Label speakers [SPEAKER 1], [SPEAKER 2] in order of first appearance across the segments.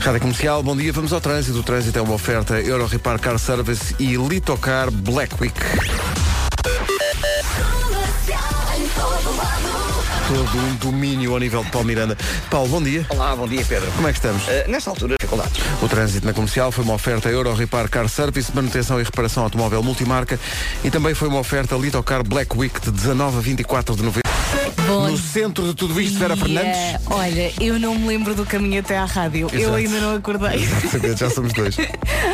[SPEAKER 1] Rádio Comercial, bom dia, vamos ao trânsito. O trânsito é uma oferta Euro Repar Car Service e Litocar Blackwick. Todo um domínio ao nível de Paulo Miranda. Paulo, bom dia.
[SPEAKER 2] Olá, bom dia Pedro.
[SPEAKER 1] Como é que estamos?
[SPEAKER 2] Eh, nesta altura, dificuldades.
[SPEAKER 1] O trânsito na comercial foi uma oferta Euro Repar Car Service, manutenção e reparação automóvel multimarca e também foi uma oferta Litocar Black Week de 19 a 24 de novembro.
[SPEAKER 3] Bom
[SPEAKER 1] No centro de tudo isto, Vera
[SPEAKER 3] dia.
[SPEAKER 1] Fernandes.
[SPEAKER 3] Olha, eu não me lembro do caminho até à rádio.
[SPEAKER 1] Exato.
[SPEAKER 3] Eu ainda não acordei.
[SPEAKER 1] Exatamente, Já somos dois.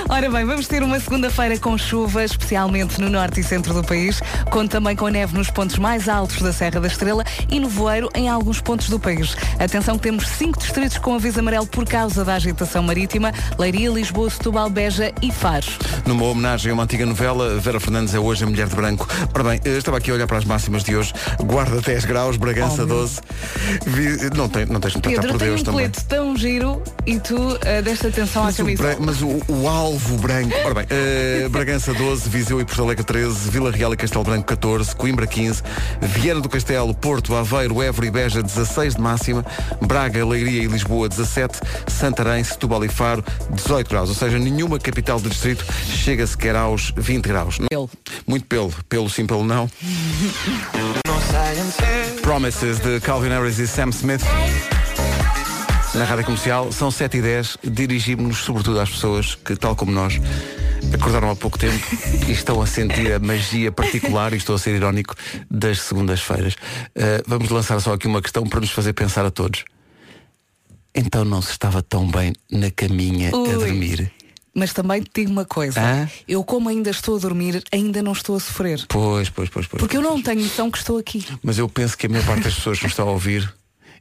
[SPEAKER 3] Ora bem, vamos ter uma segunda-feira com chuva, especialmente no norte e centro do país. Conto também com neve nos pontos mais altos da Serra da Estrela e nevoeiro em alguns pontos do país. Atenção que temos cinco distritos com aviso amarelo por causa da agitação marítima. Leiria, Lisboa, Setúbal, Beja e Faro.
[SPEAKER 1] Numa homenagem a uma antiga novela, Vera Fernandes é hoje a mulher de branco. Ora bem, eu estava aqui a olhar para as máximas de hoje. Guarda 10 graus, Bragança
[SPEAKER 3] Oh, meu.
[SPEAKER 1] 12. Vi- Não, tem, não tens de tratar
[SPEAKER 3] Pedro,
[SPEAKER 1] por
[SPEAKER 3] tem
[SPEAKER 1] Deus
[SPEAKER 3] um
[SPEAKER 1] também.
[SPEAKER 3] colete tão giro e tu ah, deste atenção à
[SPEAKER 1] Mas o,
[SPEAKER 3] camisa.
[SPEAKER 1] bran- mas o- o alvo branco. Ora bem, eh, Bragança 12, Viseu e Porto Alegre 13, Vila Real e Castelo Branco 14, Coimbra 15, Viana do Castelo, Porto, Aveiro, Évora e Beja 16 de máxima, Braga, Leiria e Lisboa 17, Santarém, Setúbal e Faro 18 graus. Ou seja, nenhuma capital do distrito chega sequer aos 20 graus.
[SPEAKER 3] Pelo.
[SPEAKER 1] Muito pelo, pelo sim, pelo não. Promises de Calvin Harris e Sam Smith. Na rádio comercial, são 7 e 10 dirigimos-nos sobretudo às pessoas que, tal como nós, acordaram há pouco tempo e estão a sentir a magia particular, e estou a ser irónico, das segundas-feiras. Uh, vamos lançar só aqui uma questão para nos fazer pensar a todos. Então não se estava tão bem na caminha
[SPEAKER 3] Ui.
[SPEAKER 1] a dormir?
[SPEAKER 3] Mas também te digo uma coisa.
[SPEAKER 1] Hã?
[SPEAKER 3] Eu, como ainda estou a dormir, ainda não estou a sofrer.
[SPEAKER 1] Pois, pois, pois, pois.
[SPEAKER 3] Porque eu não tenho noção que estou aqui.
[SPEAKER 1] Mas eu penso que a maior parte das pessoas que nos está a ouvir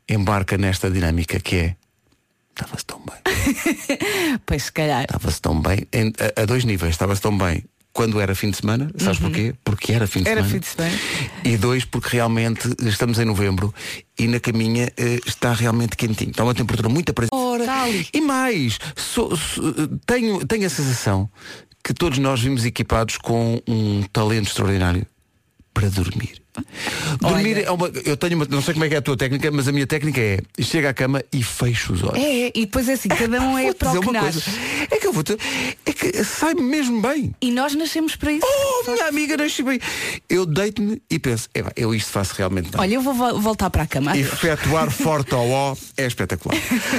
[SPEAKER 1] embarca nesta dinâmica que é estava-se tão bem.
[SPEAKER 3] Pois, se calhar.
[SPEAKER 1] Estava-se tão bem, em- a, a dois níveis, estava-se tão bem quando era fim de semana, sabes porquê? Porque Uhum. era fim de
[SPEAKER 3] Era
[SPEAKER 1] semana.
[SPEAKER 3] fim de semana.
[SPEAKER 1] E dois, porque realmente estamos em novembro e na caminha eh, está realmente quentinho. Está uma temperatura muito apresente.
[SPEAKER 3] Ora, Está ali.
[SPEAKER 1] E mais, sou- sou- tenho, tenho a sensação que todos nós vimos equipados com um talento extraordinário para dormir. Dormir
[SPEAKER 3] Olha.
[SPEAKER 1] é uma. Eu tenho uma. Não sei como é que é a tua técnica, mas a minha técnica é chega à cama e fecho os olhos.
[SPEAKER 3] É, é, e depois é assim, cada um é
[SPEAKER 1] Vou-te
[SPEAKER 3] para
[SPEAKER 1] dizer
[SPEAKER 3] o que
[SPEAKER 1] uma coisa.
[SPEAKER 3] nasce.
[SPEAKER 1] É que eu vou te... É que sai-me mesmo bem.
[SPEAKER 3] E nós nascemos para isso.
[SPEAKER 1] Oh, minha amiga, nasci bem. Eu deito-me e penso, "Epá, eu isto faço realmente bem.
[SPEAKER 3] Olha, eu vou vo- voltar para a cama.
[SPEAKER 1] Efetuar forte ao ó é espetacular.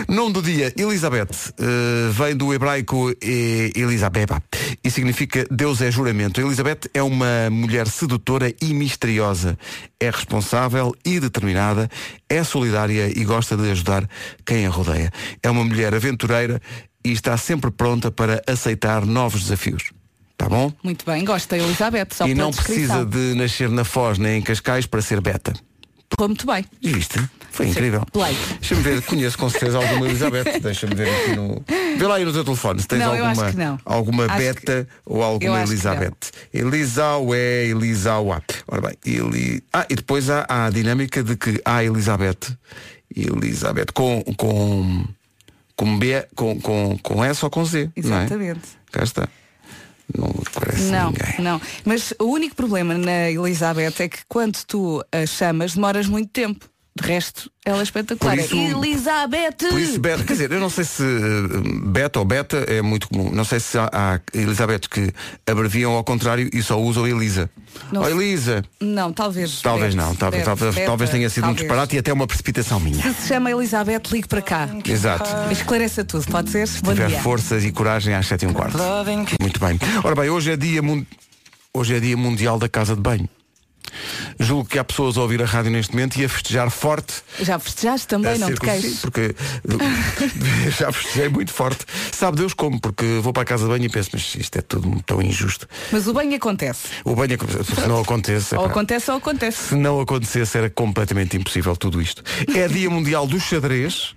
[SPEAKER 1] Nome do dia, Elizabeth. eh, vem do hebraico eh, Elisabeba e significa Deus é juramento. Elizabeth é uma mulher sedutora e misteriosa. É responsável e determinada, é solidária e gosta de ajudar quem a rodeia. É uma mulher aventureira e está sempre pronta para aceitar novos desafios. Tá bom?
[SPEAKER 3] Muito bem, gosto da Elizabeth, só
[SPEAKER 1] e
[SPEAKER 3] pela
[SPEAKER 1] não precisa
[SPEAKER 3] descrição.
[SPEAKER 1] de nascer na Foz nem em Cascais para ser beta.
[SPEAKER 3] Correu muito bem.
[SPEAKER 1] E Viste? Foi incrível.
[SPEAKER 3] Play.
[SPEAKER 1] Deixa-me ver, conheço com certeza alguma Elizabeth. Deixa-me ver aqui no. Vê lá aí no teu telefone se tens
[SPEAKER 3] Não, eu
[SPEAKER 1] alguma,
[SPEAKER 3] acho que não.
[SPEAKER 1] alguma
[SPEAKER 3] Acho
[SPEAKER 1] beta ou
[SPEAKER 3] eu
[SPEAKER 1] alguma
[SPEAKER 3] acho que
[SPEAKER 1] Elizabeth. Elisaué, Elisauá. Ora bem, Eli... Ah, e depois há, há a dinâmica de que há Elizabeth. Elizabeth com. com... Com B, com, com, com S ou com Z. não é?
[SPEAKER 3] Exatamente.
[SPEAKER 1] Cá está. Não parece
[SPEAKER 3] Não,
[SPEAKER 1] ninguém.
[SPEAKER 3] não. Mas o único problema na Elizabeth é que quando tu a chamas, demoras muito tempo. De resto, ela é espetacular.
[SPEAKER 1] Por isso-
[SPEAKER 3] Elizabeth!
[SPEAKER 1] Por isso, beta, quer dizer, eu não sei se eh, beta ou beta é muito comum. Não sei se há, há Elizabeth que abreviam ao contrário e só usam Elisa.
[SPEAKER 3] Não
[SPEAKER 1] Oh,
[SPEAKER 3] sei.
[SPEAKER 1] Elisa!
[SPEAKER 3] Não, talvez.
[SPEAKER 1] Talvez
[SPEAKER 3] Beth,
[SPEAKER 1] não, talvez,
[SPEAKER 3] Beth,
[SPEAKER 1] talvez,
[SPEAKER 3] Beth,
[SPEAKER 1] talvez tenha sido um
[SPEAKER 3] talvez.
[SPEAKER 1] disparate e até uma precipitação minha.
[SPEAKER 3] Se chama Elizabeth, ligue para cá.
[SPEAKER 1] Exato.
[SPEAKER 3] Esclareça tudo, pode ser? Bom
[SPEAKER 1] Tiver
[SPEAKER 3] dia.
[SPEAKER 1] forças e coragem às 7 e um quarto. Muito bem. Ora bem, hoje é dia, mun- hoje é dia mundial da casa de banho. Julgo que há pessoas a ouvir a rádio neste momento e a festejar forte
[SPEAKER 3] Já festejaste também,
[SPEAKER 1] a
[SPEAKER 3] não te
[SPEAKER 1] circuncis-
[SPEAKER 3] queixes?
[SPEAKER 1] Porque eh, já festejei muito forte. Sabe Deus como, porque vou para a casa de banho e penso, mas isto é tudo tão injusto.
[SPEAKER 3] Mas o bem acontece.
[SPEAKER 1] O banho, é que- se não acontece,
[SPEAKER 3] Ou
[SPEAKER 1] epá,
[SPEAKER 3] acontece ou acontece.
[SPEAKER 1] se não acontecesse era completamente impossível tudo isto. É dia mundial do xadrez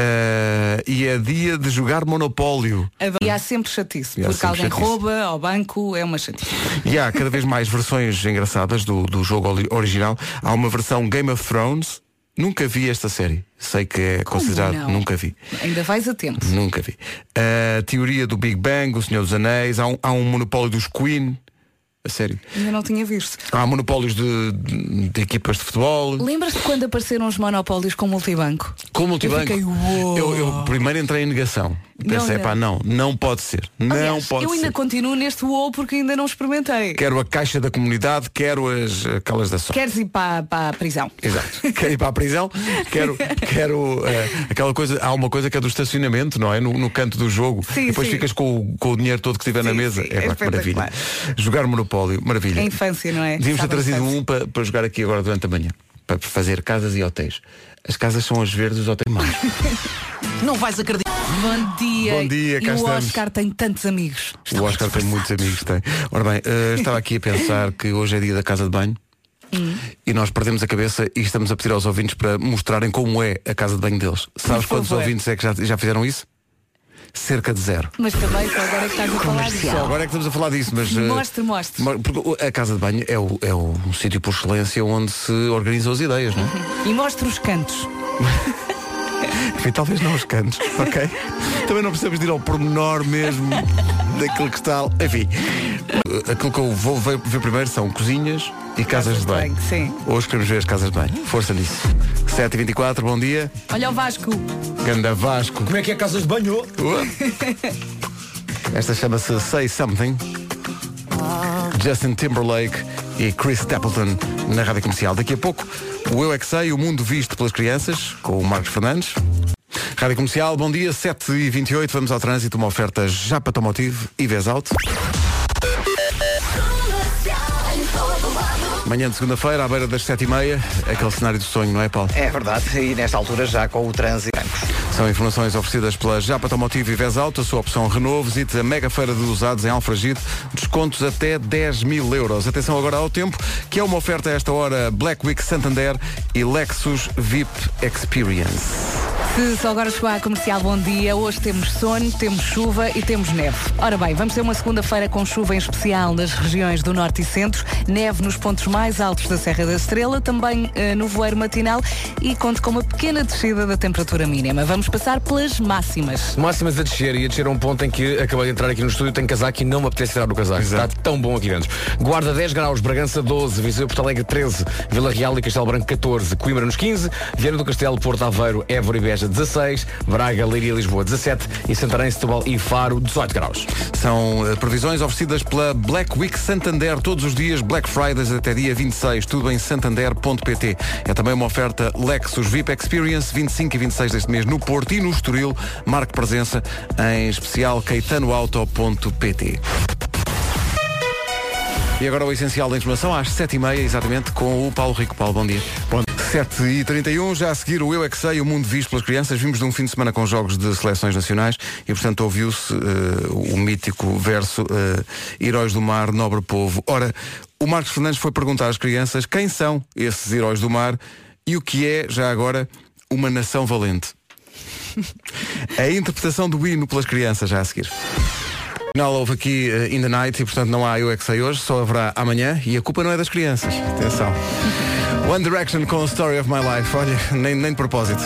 [SPEAKER 1] eh, e é dia de jogar monopólio.
[SPEAKER 3] E há sempre chatice.
[SPEAKER 1] E há
[SPEAKER 3] porque
[SPEAKER 1] sempre
[SPEAKER 3] alguém
[SPEAKER 1] chatice.
[SPEAKER 3] rouba ao banco, é uma chatice.
[SPEAKER 1] E há cada vez mais versões engraçadas do, do jogo oli- original. Há uma versão Game of Thrones. Nunca vi esta série. Sei que é considerado.
[SPEAKER 3] não?
[SPEAKER 1] Nunca vi.
[SPEAKER 3] Ainda vais a tempo.
[SPEAKER 1] Nunca vi. A teoria do Big Bang, o Senhor dos Anéis, há um, há um monopólio dos Queen. A sério.
[SPEAKER 3] Ainda não tinha visto.
[SPEAKER 1] Há monopólios de, de equipas de futebol.
[SPEAKER 3] Lembras-te quando apareceram os monopólios com multibanco?
[SPEAKER 1] Com multibanco.
[SPEAKER 3] Eu fiquei, uou.
[SPEAKER 1] eu, eu primeiro entrei em negação. Pensei,
[SPEAKER 3] não.
[SPEAKER 1] pá, não, não pode ser. não
[SPEAKER 3] Aliás,
[SPEAKER 1] pode
[SPEAKER 3] eu
[SPEAKER 1] ser.
[SPEAKER 3] ainda continuo neste UOL porque ainda não experimentei.
[SPEAKER 1] Quero a caixa da comunidade, quero as aquelas da sorte.
[SPEAKER 3] Queres ir para, para a prisão?
[SPEAKER 1] Exato. Quero ir para a prisão, quero, quero eh, aquela coisa, há uma coisa que é do estacionamento, não é? No, no canto do jogo.
[SPEAKER 3] Sim,
[SPEAKER 1] Depois
[SPEAKER 3] sim.
[SPEAKER 1] ficas com o, com o dinheiro todo que tiver na
[SPEAKER 3] Sim,
[SPEAKER 1] mesa.
[SPEAKER 3] sim,
[SPEAKER 1] é
[SPEAKER 3] é
[SPEAKER 1] pá, que maravilha. Jogar Monopólio, maravilha.
[SPEAKER 3] A infância, não é?
[SPEAKER 1] Devíamos ter
[SPEAKER 3] Sabe a
[SPEAKER 1] trazido
[SPEAKER 3] infância.
[SPEAKER 1] um para, para jogar aqui agora durante a manhã. Para fazer casas e hotéis. As casas são as verdes, os hotéis mais.
[SPEAKER 4] Não vais acreditar.
[SPEAKER 3] Bom dia.
[SPEAKER 1] um. Bom dia,
[SPEAKER 3] e
[SPEAKER 1] cá
[SPEAKER 3] o
[SPEAKER 1] estamos.
[SPEAKER 3] Oscar tem tantos amigos.
[SPEAKER 1] O Oscar tem muitos amigos, tem. Ora bem, eh, estava aqui a pensar que hoje é dia da casa de banho e nós perdemos a cabeça e estamos a pedir aos ouvintes para mostrarem como é a casa de banho deles. Sabes quantos
[SPEAKER 3] favor.
[SPEAKER 1] ouvintes é que já, já fizeram isso? Cerca de zero.
[SPEAKER 3] Mas também só agora que estás a falar disso.
[SPEAKER 1] Agora é que estamos a falar disso, mas. eh,
[SPEAKER 3] Mostre, mostre.
[SPEAKER 1] mo- Porque o- a casa de banho é, o, é o, um sítio por excelência onde se organizam as ideias, não é?
[SPEAKER 3] E mostra os cantos.
[SPEAKER 1] Enfim, talvez não os cantos, ok? Também não precisamos de ir ao pormenor mesmo daquilo que está. Enfim, aquilo que eu vou ver, ver primeiro são cozinhas e casas, de banho.
[SPEAKER 3] de banho, sim.
[SPEAKER 1] Hoje queremos ver as casas de banho. Força nisso. 7h24, bom dia.
[SPEAKER 3] Olha o Vasco.
[SPEAKER 1] Ganda Vasco.
[SPEAKER 2] Como é que é casas de banho?
[SPEAKER 1] Esta chama-se Say Something.
[SPEAKER 2] Ah.
[SPEAKER 1] Justin Timberlake e Chris Stapleton na rádio comercial. Daqui a pouco, o Eu é que Sei, o mundo visto pelas crianças, com o Marcos Fernandes. Rádio Comercial, bom dia, 7h28, vamos ao trânsito, uma oferta já para Tomotivo e Vez Alto. Manhã de segunda-feira, à beira das 7h30, aquele cenário do sonho, não é, Paulo?
[SPEAKER 2] É verdade, e nesta altura já com o trânsito.
[SPEAKER 1] São informações oferecidas pela Japa Automotivo e Vez Alto, a sua opção Renault. Visite a mega feira de usados em Alfragide. Descontos até 10 mil euros. Atenção agora ao tempo, que é uma oferta a esta hora Black Week Santander e Lexus VIP Experience.
[SPEAKER 3] Se só agora chegou à comercial, bom dia. Hoje temos sono, temos chuva e temos neve. Ora bem, vamos ter uma segunda-feira com chuva em especial nas regiões do Norte e Centro, neve nos pontos mais altos da Serra da Estrela, também eh, no voeiro matinal e conto com uma pequena descida da temperatura mínima. Vamos passar pelas máximas.
[SPEAKER 5] Máximas a descer e a descer a um ponto em que acabei de entrar aqui no estúdio, tenho casaco e não me apetece tirar o casaco. Está tão bom aqui dentro. Guarda 10 graus, Bragança 12, Viseu Porto Alegre 13, Vila Real e Castelo Branco 14, Coimbra nos 15, Viana do Castelo, Porto Aveiro, Évora e Beja 16, Braga, Leiria e Lisboa 17 e Santarém, Setúbal e Faro 18 graus.
[SPEAKER 1] São eh, previsões oferecidas pela Black Week Santander todos os dias, Black Fridays até dia 26, tudo em santander.pt. É também uma oferta Lexus VIP Experience, 25 e 26 deste mês no Porto e no Estoril. Marque presença em especial caetanoauto.pt. E agora o essencial da informação às 7h30, exatamente, com o Paulo Rico. Paulo, bom dia. Bom 7h31, já a seguir o Eu É Que Sei, o mundo visto pelas crianças. Vimos de um fim de semana com jogos de seleções nacionais e, portanto, ouviu-se eh, o mítico verso eh, Heróis do Mar, Nobre Povo. Ora, o Marcos Fernandes foi perguntar às crianças quem são esses heróis do mar e o que é, já agora, uma nação valente. a interpretação do hino pelas crianças, já a seguir. Afinal, houve aqui eh, In the Night e, portanto, não há Eu É Que Sei hoje, só haverá amanhã e a culpa não é das crianças. Atenção. One Direction com a Story of My Life. Olha, nem, nem de propósito.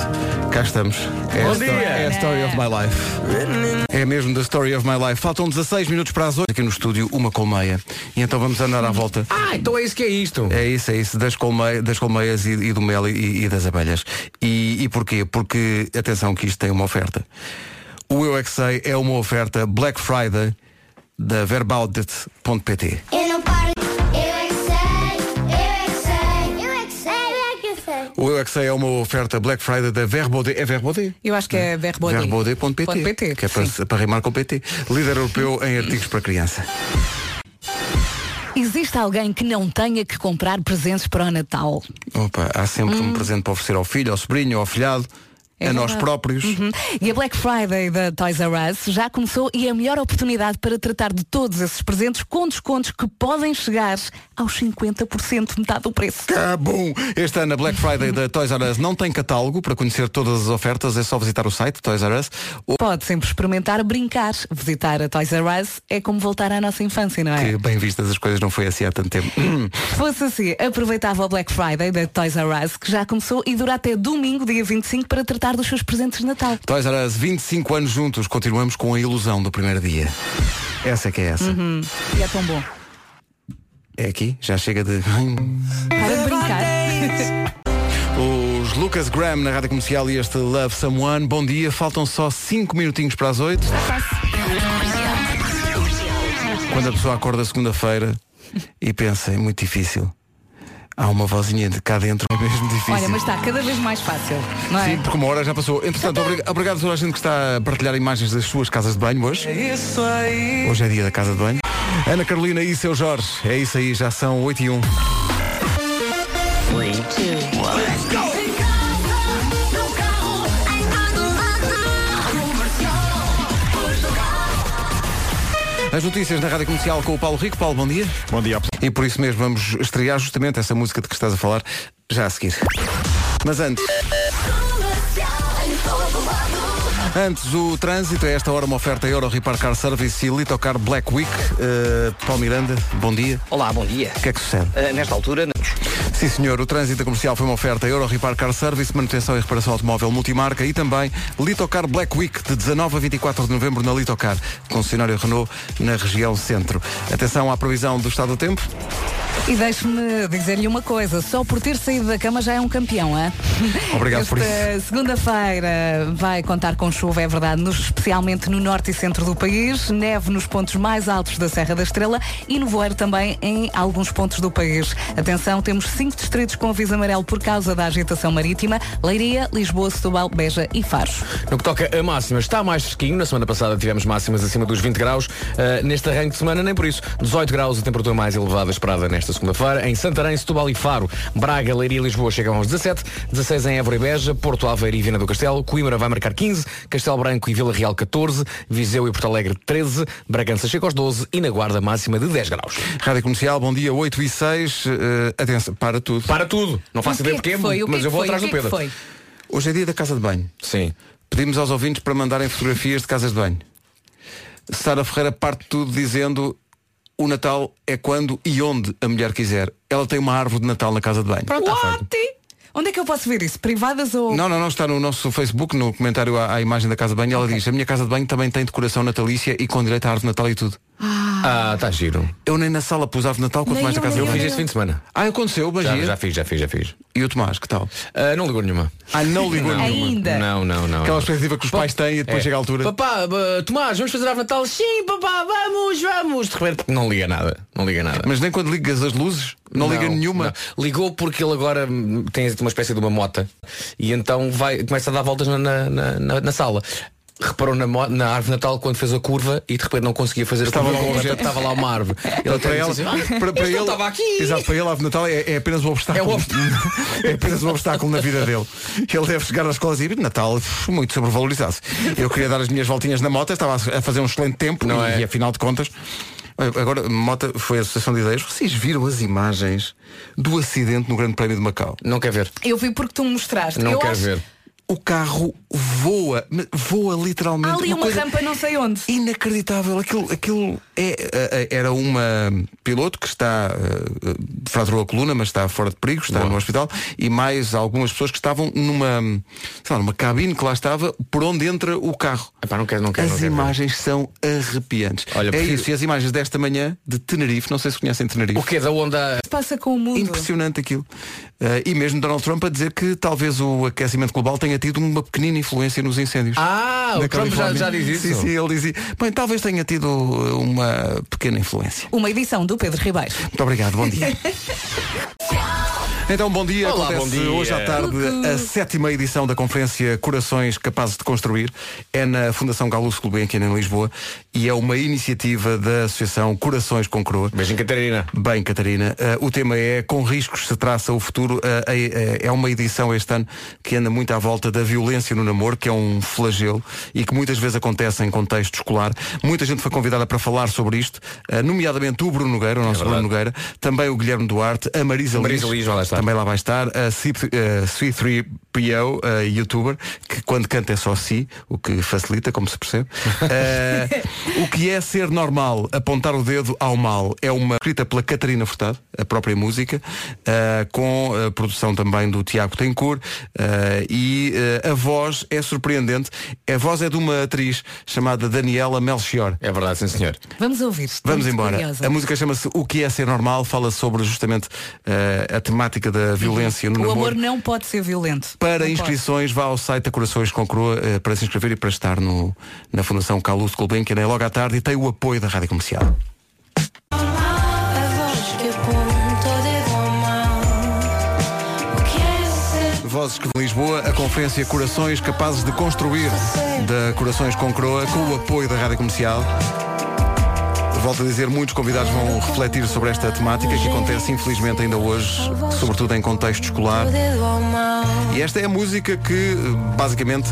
[SPEAKER 1] Cá estamos. É, a
[SPEAKER 5] Bom
[SPEAKER 1] sto-
[SPEAKER 5] dia.
[SPEAKER 1] é a Story of My Life. É mesmo da Story of My Life. Faltam 16 minutos para as 8 aqui no estúdio, uma colmeia. E então vamos andar à volta.
[SPEAKER 5] Ah, então é isso que é isto.
[SPEAKER 1] É isso, é isso, das, colmei- das colmeias e, e do mel e, e das abelhas. E, e porquê? Porque, atenção, que isto tem uma oferta. O Eu é Que Sei é uma oferta Black Friday da verbaudet.pt.
[SPEAKER 6] Eu não paro. Eu é que sei, eu é que sei, eu é que sei, eu é que sei.
[SPEAKER 1] O Eu é Que Sei é uma oferta Black Friday da Verbaudet. É Verbaudet?
[SPEAKER 3] Eu acho que é verbodê.
[SPEAKER 1] Verbaudet.pt. Que é
[SPEAKER 3] sim.
[SPEAKER 1] para, para rimar com PT. Líder europeu em artigos para criança.
[SPEAKER 3] Existe alguém que não tenha que comprar presentes para o Natal?
[SPEAKER 1] Opa, há sempre um presente para oferecer ao filho, ao sobrinho, ao filhado,
[SPEAKER 3] Hum. É
[SPEAKER 1] a nós
[SPEAKER 3] verdade.
[SPEAKER 1] próprios.
[SPEAKER 3] Uhum. E a Black Friday da Toys R Us já começou e é a melhor oportunidade para tratar de todos esses presentes com descontos que podem chegar aos 50%, metade do preço.
[SPEAKER 1] Ah, bom! Este ano a Black Friday da Toys R Us não tem catálogo. Para conhecer todas as ofertas é só visitar o site Toys R Us. Ou
[SPEAKER 3] Pode sempre experimentar brincar. Visitar a Toys R Us é como voltar à nossa infância, não é?
[SPEAKER 1] que, bem vistas as coisas, não foi assim há tanto tempo. Hum.
[SPEAKER 3] Se fosse assim, aproveitava o Black Friday da Toys R Us, que já começou e dura até domingo, dia 25, para tratar dos seus presentes de Natal.
[SPEAKER 1] Toys R Us, 25 anos juntos. Continuamos com a ilusão do primeiro dia. Essa é que é essa.
[SPEAKER 3] E é tão bom.
[SPEAKER 1] É aqui? Já chega de...
[SPEAKER 3] Para de brincar.
[SPEAKER 1] Os Lucas Graham na Rádio Comercial e este Love Someone. Bom dia, faltam só 5 minutinhos para as 8. Quando a pessoa acorda segunda-feira e pensa, é muito difícil. Há uma vozinha de cá dentro, é mesmo difícil.
[SPEAKER 3] Olha, mas está cada vez mais fácil, não é? Então-
[SPEAKER 1] Sim, porque uma hora já passou. Entretanto, obriga- obrigado a toda a gente que está a partilhar imagens das suas casas de banho hoje. Hoje é dia da casa de banho. Ana Carolina e seu Jorge. É isso aí, já são 8 e 1.
[SPEAKER 6] Em casa, no carro, em todo lado.
[SPEAKER 1] As notícias na Rádio Comercial com o Paulo Rico. Paulo, bom dia.
[SPEAKER 7] Bom dia.
[SPEAKER 1] E por isso mesmo vamos estrear justamente essa música de que estás a falar já a seguir. Mas antes. Antes, o trânsito, a esta hora uma oferta Euro Repar Car Service e Litocar Black Week. Uh, Paulo Miranda, bom dia.
[SPEAKER 2] Olá, bom dia.
[SPEAKER 1] O que é que sucede?
[SPEAKER 2] Ah, nesta altura,
[SPEAKER 1] Sim, senhor. O trânsito comercial foi uma oferta Euro Repar Car Service, manutenção e reparação automóvel multimarca e também Litocar Black Week, de 19 a 24 de novembro na Litocar, concessionário Renault, na região centro. Atenção à previsão do estado do tempo.
[SPEAKER 3] E deixe-me dizer-lhe uma coisa, só por ter saído da cama já é um campeão, hã?
[SPEAKER 1] Obrigado
[SPEAKER 3] Esta
[SPEAKER 1] por
[SPEAKER 3] segunda-feira vai contar com chuva, é verdade, nos- especialmente no norte e centro do país, neve nos pontos mais altos da Serra da Estrela e nevoeiro também em alguns pontos do país. Atenção, temos cinco distritos com aviso amarelo por causa da agitação marítima, Leiria, Lisboa, Setúbal, Beja e Faro.
[SPEAKER 5] No que toca a máximas, está mais fresquinho. Na semana passada tivemos máximas acima dos 20 graus. Ah, neste arranque de semana, nem por isso. 18 graus, a temperatura mais elevada esperada nesta segunda-feira. Em Santarém, Setúbal e Faro, Braga, Leiria e Lisboa chegam aos 17. 16 em Évora e Beja, Porto Aveiro e Viana do Castelo. Coimbra vai marcar 15. Castelo Branco e Vila Real 14. Viseu e Porto Alegre 13. Bragança chega aos 12 e na Guarda máxima de 10 graus.
[SPEAKER 1] Rádio Comercial, bom dia, 8 e 6. Eh, atenção, para tudo.
[SPEAKER 5] Para tudo! Não faço
[SPEAKER 3] O que
[SPEAKER 5] ideia
[SPEAKER 3] é que
[SPEAKER 5] porquê,
[SPEAKER 3] foi? O que
[SPEAKER 5] mas
[SPEAKER 3] é que
[SPEAKER 5] eu vou
[SPEAKER 3] foi?
[SPEAKER 5] atrás
[SPEAKER 3] O
[SPEAKER 5] do
[SPEAKER 3] que é que
[SPEAKER 5] Pedro.
[SPEAKER 3] foi?
[SPEAKER 1] Hoje é dia da casa de banho.
[SPEAKER 5] Sim.
[SPEAKER 1] Pedimos aos ouvintes para mandarem fotografias de casas de banho. Sara Ferreira parte tudo dizendo o Natal é quando e onde a mulher quiser. Ela tem uma árvore de Natal na casa de banho. Está feito.
[SPEAKER 3] What? Onde é que eu posso ver isso? Privadas ou...
[SPEAKER 1] Não, não, não, está no nosso Facebook, no comentário à, à imagem da casa de banho, ela diz, a minha casa de banho também tem decoração natalícia e com direito à árvore de Natal e tudo.
[SPEAKER 5] Ah, está giro.
[SPEAKER 1] Eu nem na sala pus árvore de Natal, quanto
[SPEAKER 3] Nem
[SPEAKER 1] mais
[SPEAKER 3] eu,
[SPEAKER 1] na casa de
[SPEAKER 5] Eu
[SPEAKER 3] nem
[SPEAKER 1] banho.
[SPEAKER 5] fiz este fim de semana.
[SPEAKER 1] Ah, aconteceu,
[SPEAKER 5] Já,
[SPEAKER 1] magia.
[SPEAKER 5] já fiz, já fiz, já fiz.
[SPEAKER 1] E o Tomás, que tal?
[SPEAKER 5] Ah, não ligou nenhuma.
[SPEAKER 1] Ah, não ligou
[SPEAKER 3] Não.
[SPEAKER 1] nenhuma.
[SPEAKER 3] Ainda.
[SPEAKER 5] Não, não, não.
[SPEAKER 1] Aquela
[SPEAKER 5] não.
[SPEAKER 1] expectativa que os pais têm e depois
[SPEAKER 5] É.
[SPEAKER 1] chega a altura.
[SPEAKER 5] Papá, eh, Tomás, vamos fazer a Natal? Sim, papá, vamos, vamos. De repente não liga nada, não liga nada.
[SPEAKER 1] Mas nem quando ligas as luzes, não, liga nenhuma.
[SPEAKER 5] não. Ligou porque ele agora hum, tem uma espécie de uma mota e então vai, começa a dar voltas na, na, na- na- na sala. Reparou na, mo- na árvore de Natal quando fez a curva e de repente não conseguia fazer
[SPEAKER 1] Estava
[SPEAKER 5] a
[SPEAKER 1] lá um
[SPEAKER 5] curva completa,
[SPEAKER 1] objeto.
[SPEAKER 5] estava lá uma árvore. Ele até
[SPEAKER 1] Para ela,
[SPEAKER 5] disse assim, "Ah,
[SPEAKER 1] para, para
[SPEAKER 5] isto
[SPEAKER 1] ele,
[SPEAKER 5] não estava aqui.
[SPEAKER 1] Exato, para ele a árvore de Natal é, é apenas um obstáculo.
[SPEAKER 5] É um obstáculo.
[SPEAKER 1] é apenas um obstáculo na vida dele. Ele deve chegar às escolas e dizer, Natal, muito sobrevalorizado. Eu queria dar as minhas voltinhas na moto, estava a fazer um excelente tempo
[SPEAKER 5] Não
[SPEAKER 1] e,
[SPEAKER 5] é?
[SPEAKER 1] e afinal de contas. eh, Agora, Mota foi a Associação de Ideias. Vocês viram as imagens do acidente no Grande Prémio de Macau?
[SPEAKER 5] Não quer ver,
[SPEAKER 3] Eu vi porque tu me mostraste.
[SPEAKER 5] não
[SPEAKER 3] eu
[SPEAKER 5] quer
[SPEAKER 3] acho...
[SPEAKER 5] ver.
[SPEAKER 1] O carro voa, mas voa literalmente.
[SPEAKER 3] Há ali uma
[SPEAKER 1] coisa-
[SPEAKER 3] rampa não sei onde.
[SPEAKER 1] inacreditável. Aquilo, aquilo é, é, era uma piloto que está eh, eh, fraturou a coluna, mas está fora de perigo, está no hospital, e mais algumas pessoas que estavam numa, sei lá, numa cabine que lá estava, por onde entra o carro.
[SPEAKER 5] Epá, não quero, não quero, não
[SPEAKER 1] As
[SPEAKER 5] quero ver.
[SPEAKER 1] imagens são arrepiantes.
[SPEAKER 5] Olha,
[SPEAKER 1] é
[SPEAKER 5] prefiro-
[SPEAKER 1] isso, e as imagens desta manhã de Tenerife, não sei se conhecem Tenerife.
[SPEAKER 5] O que da onda?
[SPEAKER 3] se passa com o mundo?
[SPEAKER 1] Impressionante aquilo. Eh, e mesmo Donald Trump a dizer que talvez o aquecimento global tenha tido uma pequenina influência nos incêndios.
[SPEAKER 5] Ah,
[SPEAKER 1] Na
[SPEAKER 5] o Trump já,
[SPEAKER 1] Califórnia.
[SPEAKER 5] já diz isso.
[SPEAKER 1] Sim, sim, ele dizia. Bem, talvez tenha tido uh, uma pequena influência.
[SPEAKER 3] Uma edição do Pedro Ribeiro.
[SPEAKER 1] Muito obrigado, bom dia. Então, bom dia.
[SPEAKER 5] Olá,
[SPEAKER 1] Acontece
[SPEAKER 5] bom dia.
[SPEAKER 1] hoje à tarde a sétima edição da conferência Corações Capazes de Construir. É na Fundação Galo Gulbenkian em Lisboa e é uma iniciativa da Associação Corações com Coroa.
[SPEAKER 5] Beijinho, Catarina.
[SPEAKER 1] Bem, Catarina, eh, o tema é Com riscos se traça o futuro. Eh, eh, eh, é uma edição este ano que anda muito à volta da violência no namoro, que é um flagelo e que muitas vezes acontece em contexto escolar. Muita gente foi convidada para falar sobre isto, eh, nomeadamente o Bruno Nogueira, o nosso Bruno Nogueira, também o Guilherme Duarte, a Marisa,
[SPEAKER 5] É Marisa Liz vai lá estar.
[SPEAKER 1] também lá vai estar, a C3, eh, C3PO, eh, youtuber, que quando canta é só si, o que facilita, como se percebe. Eh, o que é ser normal, apontar o dedo ao mal, é uma escrita pela Catarina Furtado, a própria música, eh, com a produção também do Tiago Tencourt, eh, e eh, a voz é surpreendente. A voz é de uma atriz chamada Daniela Melchior.
[SPEAKER 5] É verdade, sim senhor.
[SPEAKER 3] Vamos ouvir. Estou
[SPEAKER 1] Vamos
[SPEAKER 3] muito
[SPEAKER 1] embora.
[SPEAKER 3] curiosa.
[SPEAKER 1] A música chama-se O que é ser normal, fala sobre justamente eh, a temática temática da violência no
[SPEAKER 3] O
[SPEAKER 1] namoro.
[SPEAKER 3] amor não pode ser violento.
[SPEAKER 1] Para
[SPEAKER 3] Não
[SPEAKER 1] inscrições, vá ao site da Corações com Croa eh, para se inscrever e para estar no, na Fundação Calouste Gulbenkian é logo à tarde e tem o apoio da Rádio Comercial. Vozes que de Lisboa, a conferência Corações Capazes de Construir da Corações com Croa com o apoio da Rádio Comercial. Volto a dizer, muitos convidados vão refletir sobre esta temática que acontece infelizmente ainda hoje, sobretudo em contexto escolar. E esta é a música que basicamente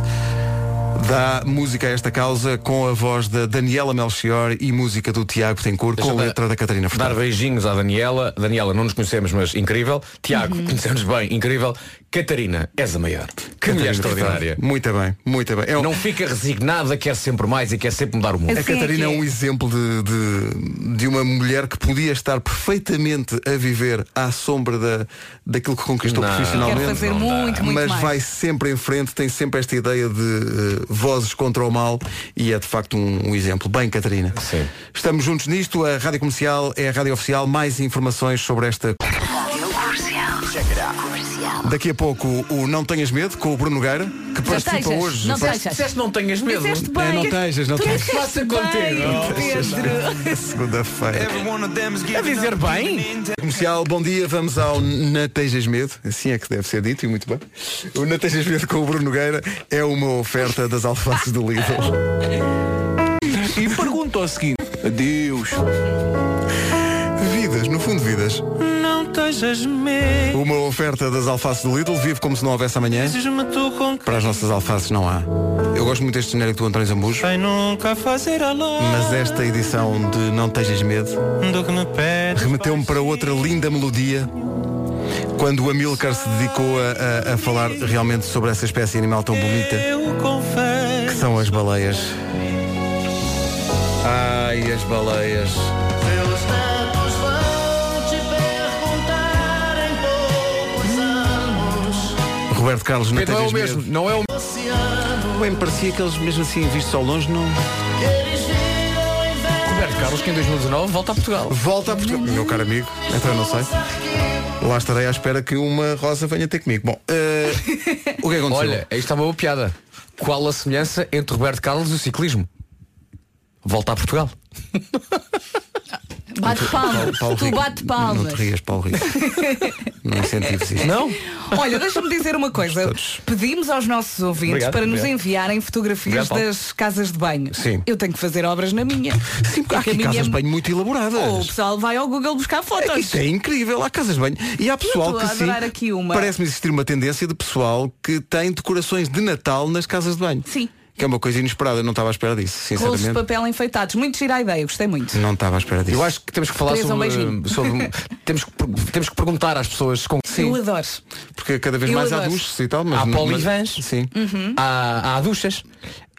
[SPEAKER 1] dá música a esta causa com a voz da Daniela Melchior e música do Tiago Betancourt com
[SPEAKER 5] Deixa-me
[SPEAKER 1] a letra da Catarina
[SPEAKER 5] Dar
[SPEAKER 1] Furtado.
[SPEAKER 5] beijinhos à Daniela. Daniela, não nos conhecemos, mas incrível. Tiago, conhecemos bem, incrível. Catarina, és a maior. Que
[SPEAKER 1] Catarina
[SPEAKER 5] mulher
[SPEAKER 1] Furtado.
[SPEAKER 5] extraordinária.
[SPEAKER 1] Muito bem, muito bem. É um-
[SPEAKER 5] Não fica resignada, quer sempre mais e quer sempre mudar o mundo.
[SPEAKER 1] A
[SPEAKER 3] Assim é
[SPEAKER 1] Catarina é,
[SPEAKER 3] que é.
[SPEAKER 1] um exemplo de, de, de uma mulher que podia estar perfeitamente a viver à sombra da, daquilo que conquistou
[SPEAKER 5] Não.
[SPEAKER 1] profissionalmente.
[SPEAKER 3] Quer fazer Não dá. muito, muito
[SPEAKER 1] Mas
[SPEAKER 3] mais.
[SPEAKER 1] vai sempre em frente, tem sempre esta ideia de eh, vozes contra o mal e é de facto um, um exemplo. Bem, Catarina.
[SPEAKER 5] Sim.
[SPEAKER 1] Estamos juntos nisto, a Rádio Comercial é a Rádio Oficial. Mais informações sobre esta. Daqui a pouco o Não Tenhas Medo com o Bruno Nogueira, que participa
[SPEAKER 3] estejas,
[SPEAKER 1] hoje.
[SPEAKER 3] não
[SPEAKER 1] Participa-
[SPEAKER 3] estejas.
[SPEAKER 5] Disseste não tenhas medo.
[SPEAKER 3] Disseste bem.
[SPEAKER 1] É, não tejas, não
[SPEAKER 3] Tu
[SPEAKER 1] tejas.
[SPEAKER 3] disseste
[SPEAKER 5] Faça
[SPEAKER 3] bem,
[SPEAKER 5] contigo. é
[SPEAKER 3] Pedro.
[SPEAKER 1] Segunda-feira.
[SPEAKER 5] A dizer bem?
[SPEAKER 1] Comercial, bom dia, vamos ao Natejas Medo, assim é que deve ser dito e muito bem. O Natejas Medo com o Bruno Nogueira é uma oferta das alfaces do Lidl.
[SPEAKER 7] E pergunto ao seguinte. Adeus.
[SPEAKER 1] Vidas, no fundo vidas.
[SPEAKER 7] Não tejas medo.
[SPEAKER 1] Uma oferta das alfaces do Lidl, vive como se não houvesse amanhã.
[SPEAKER 7] Diz-me tu com
[SPEAKER 1] Para as nossas alfaces não há. Eu gosto muito deste genérico do António Zambujo,
[SPEAKER 7] quem nunca fazer a luz
[SPEAKER 1] mas esta edição de Não Tejas Medo
[SPEAKER 7] do que me pedes.
[SPEAKER 1] remeteu-me para outra linda melodia quando o Amilcar se dedicou a, a- a falar realmente sobre essa espécie animal tão bonita.
[SPEAKER 7] Eu
[SPEAKER 1] que
[SPEAKER 7] confesso.
[SPEAKER 1] são as baleias? Ai, as baleias.
[SPEAKER 7] Teus netos vão te perguntar em poucos anos.
[SPEAKER 1] Roberto Carlos não
[SPEAKER 5] Pedro, não é o
[SPEAKER 1] tens
[SPEAKER 5] mesmo.
[SPEAKER 1] mesmo.
[SPEAKER 5] Não é o mesmo.
[SPEAKER 1] Bem, me parecia que eles mesmo assim vistos ao longe não.
[SPEAKER 7] Eles viram em vez
[SPEAKER 5] Roberto Carlos, que em 2019 volta a Portugal.
[SPEAKER 1] Volta a Portugal. Meu caro amigo, então eu não sei. Lá estarei à espera que uma rosa venha ter comigo. Bom, eh, o que é que aconteceu?
[SPEAKER 5] Olha, aí está uma boa piada. Qual a semelhança entre Roberto Carlos e o ciclismo? Volta a Portugal.
[SPEAKER 3] Bate palmas. Tu
[SPEAKER 1] Rico,
[SPEAKER 3] bate
[SPEAKER 1] Não te
[SPEAKER 3] palmas.
[SPEAKER 1] rias, Paulo Rico. não incentives isto.
[SPEAKER 5] Não?
[SPEAKER 3] Olha, deixa-me dizer uma coisa.
[SPEAKER 1] Todos.
[SPEAKER 3] Pedimos aos nossos ouvintes
[SPEAKER 5] Obrigado,
[SPEAKER 3] para nos
[SPEAKER 5] obrigado.
[SPEAKER 3] enviarem fotografias
[SPEAKER 5] Obrigado, Paulo.
[SPEAKER 3] das casas de banho.
[SPEAKER 1] Sim.
[SPEAKER 3] Eu tenho que fazer obras na minha.
[SPEAKER 1] Sim, porque há
[SPEAKER 3] É que a
[SPEAKER 1] aqui
[SPEAKER 3] minha
[SPEAKER 1] casas
[SPEAKER 3] é-
[SPEAKER 1] de banho muito elaboradas.
[SPEAKER 3] Ou o pessoal vai ao Google buscar fotos.
[SPEAKER 1] Isto é incrível, há casas de banho. E há pessoal
[SPEAKER 3] estou
[SPEAKER 1] que
[SPEAKER 3] a
[SPEAKER 1] sim.
[SPEAKER 3] adorar aqui uma.
[SPEAKER 1] Parece-me existir uma tendência de pessoal que tem decorações de Natal nas casas de banho.
[SPEAKER 3] Sim.
[SPEAKER 1] Que é uma coisa inesperada, eu não estava à espera disso,
[SPEAKER 3] Rolos
[SPEAKER 1] sinceramente.
[SPEAKER 3] de papel enfeitados. Muito gira a ideia, gostei muito.
[SPEAKER 1] Não estava à espera disso.
[SPEAKER 5] Eu acho que temos que falar
[SPEAKER 3] Teresa, um
[SPEAKER 5] sobre.
[SPEAKER 3] beijinho.
[SPEAKER 5] sobre- temos, que, per- temos que perguntar às pessoas com
[SPEAKER 3] Eu adoro.
[SPEAKER 1] Porque cada vez
[SPEAKER 3] eu
[SPEAKER 1] mais há
[SPEAKER 3] adoro.
[SPEAKER 1] duches e tal, mas.
[SPEAKER 5] Há
[SPEAKER 1] mas-
[SPEAKER 5] polivans.
[SPEAKER 1] Sim.
[SPEAKER 5] Uhum. Há, há duchas.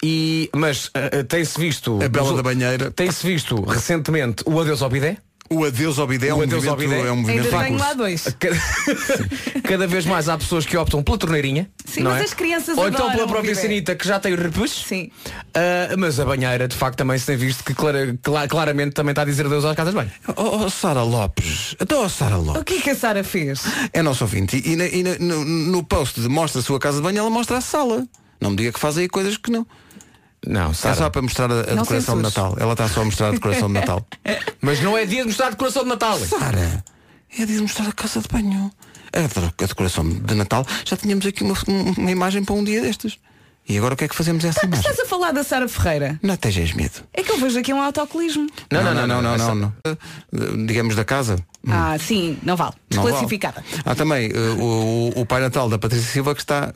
[SPEAKER 5] E, mas ah, ah, tem-se visto.
[SPEAKER 1] A bela da banheira.
[SPEAKER 5] Tem-se visto recentemente o adeus ao bidé.
[SPEAKER 1] O adeus ao bidé é
[SPEAKER 5] O
[SPEAKER 1] um
[SPEAKER 5] adeus ao
[SPEAKER 1] movimento,
[SPEAKER 5] bidé.
[SPEAKER 1] é um movimento
[SPEAKER 3] Ainda
[SPEAKER 1] em
[SPEAKER 3] tenho
[SPEAKER 1] curso.
[SPEAKER 3] lá dois.
[SPEAKER 5] Cada, cada vez mais há pessoas que optam pela torneirinha.
[SPEAKER 3] Sim,
[SPEAKER 5] não
[SPEAKER 3] mas
[SPEAKER 5] é?
[SPEAKER 3] as crianças
[SPEAKER 5] Ou então
[SPEAKER 3] adoram
[SPEAKER 5] pela
[SPEAKER 3] o
[SPEAKER 5] própria
[SPEAKER 3] bidé.
[SPEAKER 5] sanita que já tem o repuxo.
[SPEAKER 3] Sim.
[SPEAKER 5] Ah, mas a banheira, de facto, também se tem visto que clara- cla- claramente também está a dizer adeus às casas de banho.
[SPEAKER 1] Oh, oh, Sara Lopes. Então, oh, Sara Lopes.
[SPEAKER 3] O que é que a Sara fez?
[SPEAKER 1] É nosso ouvinte. E, na- e na- no, no post de mostra a sua casa de banho, ela mostra a sala. Não me diga que faz aí coisas que não.
[SPEAKER 5] Não,
[SPEAKER 1] É só para mostrar a, a
[SPEAKER 3] Não
[SPEAKER 1] decoração de
[SPEAKER 3] censures.
[SPEAKER 1] Natal. Ela está só a mostrar a decoração de Natal.
[SPEAKER 5] Mas não é dia de mostrar decoração de Natal.
[SPEAKER 1] Sara, é de mostrar a casa de banho. A, dro- a decoração de Natal. Já tínhamos aqui uma, uma imagem para um dia destes. E agora o que é que fazemos a essa imagem?
[SPEAKER 3] Estás a falar da Sara Ferreira?
[SPEAKER 1] Não tejas medo.
[SPEAKER 3] É que eu vejo aqui um autocolismo.
[SPEAKER 5] Não, não, não, não, é
[SPEAKER 1] não, não. Uh, Digamos da casa.
[SPEAKER 3] Ah, sim, não vale.
[SPEAKER 1] Não vale.
[SPEAKER 3] Desclassificada.
[SPEAKER 1] Há também uh, o, o Pai Natal da Patrícia Silva que está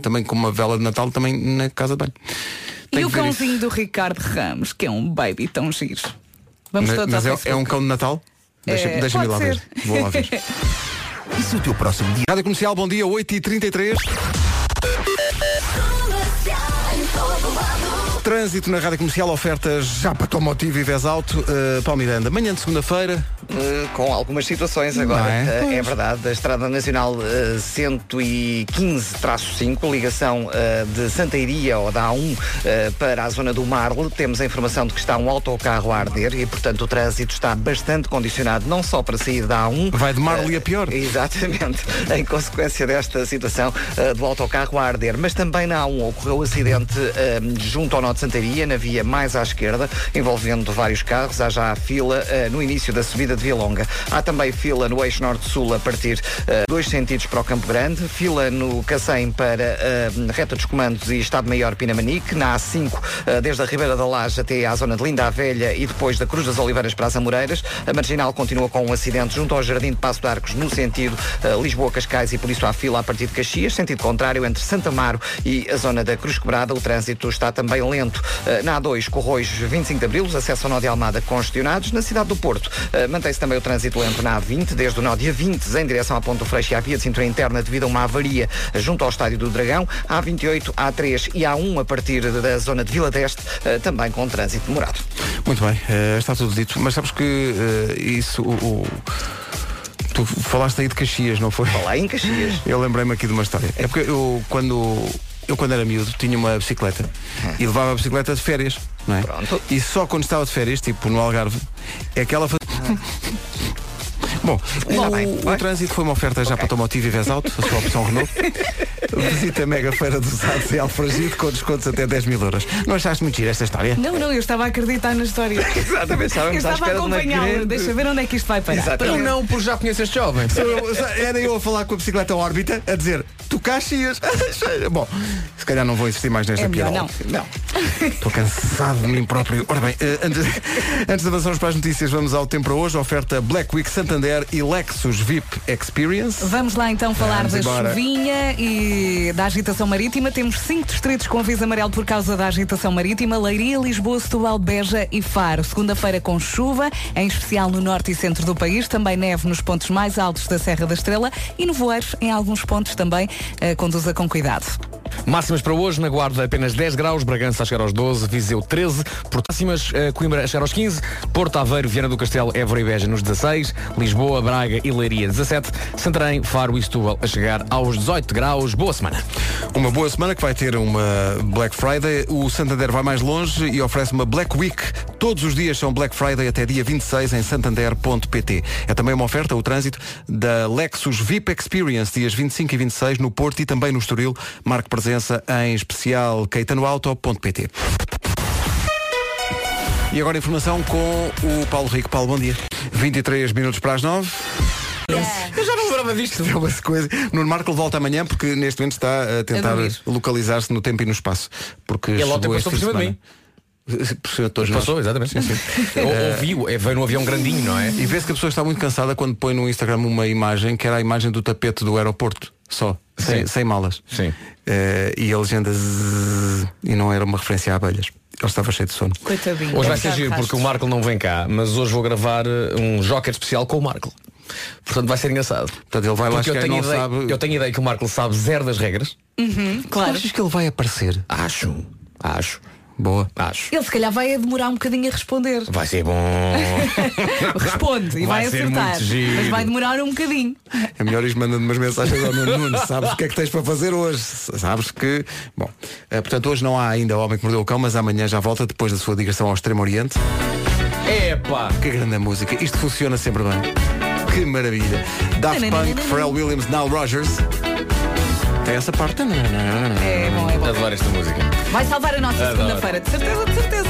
[SPEAKER 1] também com uma vela de Natal também na casa de banho.
[SPEAKER 3] E
[SPEAKER 1] Tem
[SPEAKER 3] o
[SPEAKER 1] que ver isso.
[SPEAKER 3] cãozinho do Ricardo Ramos, que é um baby tão giro. Vamos
[SPEAKER 1] Mas-
[SPEAKER 3] todos
[SPEAKER 1] Mas
[SPEAKER 3] ao
[SPEAKER 1] é, é um
[SPEAKER 3] Facebook.
[SPEAKER 1] cão de Natal? Deixa-me
[SPEAKER 3] É,
[SPEAKER 1] deixa-me ir lá
[SPEAKER 3] pode
[SPEAKER 1] ver.
[SPEAKER 3] ser.
[SPEAKER 1] Vou lá ver.
[SPEAKER 7] E se o teu próximo dia
[SPEAKER 1] Rádio Comercial, bom dia, 8h33. Trânsito na Rádio Comercial, ofertas já para Tomotivo e Vez Alto. Uh, Paulo Miranda, manhã de segunda-feira,
[SPEAKER 2] Eh, com algumas situações agora.
[SPEAKER 1] Não é?
[SPEAKER 2] Eh,
[SPEAKER 1] Pois.
[SPEAKER 2] é verdade, da Estrada Nacional eh, 115-5, ligação eh, de Santa Iria ou da A1 eh, para a zona do Marle, temos a informação de que está um autocarro a arder e, portanto, o trânsito está bastante condicionado, não só para sair da A1.
[SPEAKER 1] Vai de Marle
[SPEAKER 2] eh,
[SPEAKER 1] a pior.
[SPEAKER 2] Exatamente, em consequência desta situação eh, do autocarro a arder. Mas também na A1 ocorreu um acidente eh, junto ao Nó de Santaria, na via mais à esquerda, envolvendo vários carros. Há já a fila eh, no início da subida de Via Longa. Há também fila no eixo norte-sul a partir eh, dois sentidos para o Campo Grande, fila no Cacém para eh, reta dos comandos e Estado-Maior Pinamanique, na A5, eh, desde a Ribeira da Laje até à zona de Linda a Velha e depois da Cruz das Oliveiras para as Amoreiras. A Marginal continua com um acidente junto ao Jardim de Passo de Arcos, no sentido eh, Lisboa-Cascais, e por isso há fila a partir de Caxias. Sentido contrário, entre Santa Maro e a zona da Cruz Quebrada, o trânsito está também lento. Eh, na A2, Corroios, 25 de Abril, os acessos ao Nó de Almada congestionados. Na cidade do Porto, eh, mantém-se também o trânsito lento na A20, desde o Nó de A20 em direção à Ponte do Freixo e à Via de Cintura Interna, devido a uma avaria eh, junto ao Estádio do Dragão. A28, A3 e A1 a partir da zona de Vila Deste, eh, também com trânsito demorado.
[SPEAKER 1] Muito bem, eh, está tudo dito. Mas sabes que eh, isso. o- o- Tu falaste aí de Caxias, não foi?
[SPEAKER 2] Lá em Caxias.
[SPEAKER 1] Eu lembrei-me aqui de uma história. É porque eu quando. Eu quando era miúdo tinha uma bicicleta e levava a bicicleta de férias, não é?
[SPEAKER 2] Pronto.
[SPEAKER 1] E só quando estava de férias, tipo no Algarve, é que ela fazia. Bom,
[SPEAKER 2] Ainda
[SPEAKER 1] o,
[SPEAKER 2] bem,
[SPEAKER 1] o
[SPEAKER 2] vai.
[SPEAKER 1] trânsito foi uma oferta já para Tomotivo e Vez Alto, a sua opção Renault. Visita a Mega Feira dos Atos em Alfragide com descontos até 10 mil euros. Não achaste muito giro esta história?
[SPEAKER 3] Não, não, eu estava a acreditar na história.
[SPEAKER 2] Exatamente,
[SPEAKER 3] Eu
[SPEAKER 2] estávamos à
[SPEAKER 3] estava a
[SPEAKER 2] espera de uma
[SPEAKER 3] acompanhá-lo.
[SPEAKER 2] grande...
[SPEAKER 3] Deixa ver onde é que isto vai parar.
[SPEAKER 2] Exatamente.
[SPEAKER 5] Eu não, porque já conheço este jovem.
[SPEAKER 1] Era eu a falar com a bicicleta à órbita a dizer tu Caxias. Bom, se calhar não vou insistir mais nesta
[SPEAKER 3] É melhor,
[SPEAKER 1] piadola.
[SPEAKER 2] Não.
[SPEAKER 1] Estou cansado de mim próprio. Ora bem, eh, antes, antes de avançarmos para as notícias, vamos ao tempo para hoje. Oferta Black Week Santander e Lexus VIP Experience.
[SPEAKER 3] Vamos lá então falar
[SPEAKER 1] Vamos
[SPEAKER 3] da
[SPEAKER 1] embora.
[SPEAKER 3] chuvinha e da agitação marítima. Temos cinco distritos com aviso amarelo por causa da agitação marítima. Leiria, Lisboa, Setúbal, Beja e Faro. Segunda-feira com chuva, em especial no norte e centro do país. Também neve nos pontos mais altos da Serra da Estrela e nevoeiros em alguns pontos também. Eh, conduza com cuidado.
[SPEAKER 5] Máximas para hoje, na Guarda apenas 10 graus, Bragança a chegar aos 12, Viseu 13, Porto Máximas, eh, Coimbra a chegar aos 15, Porto Aveiro, Viana do Castelo, Évora e Beja nos 16, Lisboa, Braga e Leiria 17, Santarém, Faro e Setúbal a chegar aos 18 graus. Boa semana.
[SPEAKER 1] Uma boa semana que vai ter uma Black Friday. O Santander vai mais longe e oferece uma Black Week. Todos os dias são Black Friday até dia 26 em santander.pt. É também uma oferta, o trânsito, da Lexus VIP Experience, dias 25 e 26 no Porto e também no Estoril. Marque presença em especial caetanoauto.pt. E agora informação com o Paulo Rico. Paulo, bom dia. 23 minutos para as 9.
[SPEAKER 5] Eu já não lembrava disto.
[SPEAKER 1] É uma coisa. Nuno Marco volta amanhã porque neste momento está a tentar
[SPEAKER 3] dormir.
[SPEAKER 1] localizar-se no tempo e no espaço. Porque
[SPEAKER 5] Ele
[SPEAKER 1] chegou
[SPEAKER 5] ontem
[SPEAKER 1] este
[SPEAKER 5] passou por
[SPEAKER 1] fim
[SPEAKER 5] cima de mim.
[SPEAKER 1] semana. Por cima de todos nós.
[SPEAKER 5] Passou, exatamente. Ou- Ouviu, é, veio num avião grandinho, não é?
[SPEAKER 1] E vê-se que a pessoa está muito cansada quando põe no Instagram uma imagem que era a imagem do tapete do aeroporto. Só. Sem,
[SPEAKER 5] Sim.
[SPEAKER 1] sem malas.
[SPEAKER 5] Sim.
[SPEAKER 1] Eh, e a legenda zzzz, e não era uma referência a abelhas. Ele estava cheio de sono.
[SPEAKER 3] Coitadinho.
[SPEAKER 5] Hoje vai ser giro porque o Marco não vem cá, mas hoje vou gravar eh, um Joker especial com o Marco. Portanto vai ser engraçado.
[SPEAKER 1] Portanto, ele vai lá
[SPEAKER 5] Porque eu
[SPEAKER 1] chegar e
[SPEAKER 5] tenho,
[SPEAKER 1] é não
[SPEAKER 5] ideia,
[SPEAKER 1] sabe.
[SPEAKER 5] eu tenho ideia que o Marco sabe zero das regras.
[SPEAKER 3] Claro.
[SPEAKER 1] Achas que ele vai aparecer?
[SPEAKER 5] Acho, acho,
[SPEAKER 1] Boa.
[SPEAKER 5] acho.
[SPEAKER 3] Ele se calhar vai demorar um bocadinho a responder.
[SPEAKER 5] Vai ser bom.
[SPEAKER 3] Responde e vai,
[SPEAKER 5] Vai ser
[SPEAKER 3] acertar.
[SPEAKER 5] muito giro.
[SPEAKER 3] Mas vai demorar um bocadinho.
[SPEAKER 1] É melhor ir mandando umas mensagens ao Nuno Nuno. Sabes o que é que tens para fazer hoje? Sabes que. Bom, eh, portanto, hoje não há ainda o Homem que Mordeu o Cão, mas amanhã já volta depois da sua digressão ao Extremo Oriente.
[SPEAKER 5] Epá!
[SPEAKER 1] Que grande música. Isto funciona sempre bem. Que maravilha. Daft Punk, Pharrell Williams, Nile Rogers. Tem essa parte.
[SPEAKER 3] É bom, é bom.
[SPEAKER 5] Adoro esta música.
[SPEAKER 3] Vai salvar a nossa
[SPEAKER 5] Adoro.
[SPEAKER 3] segunda-feira, de certeza, de certeza.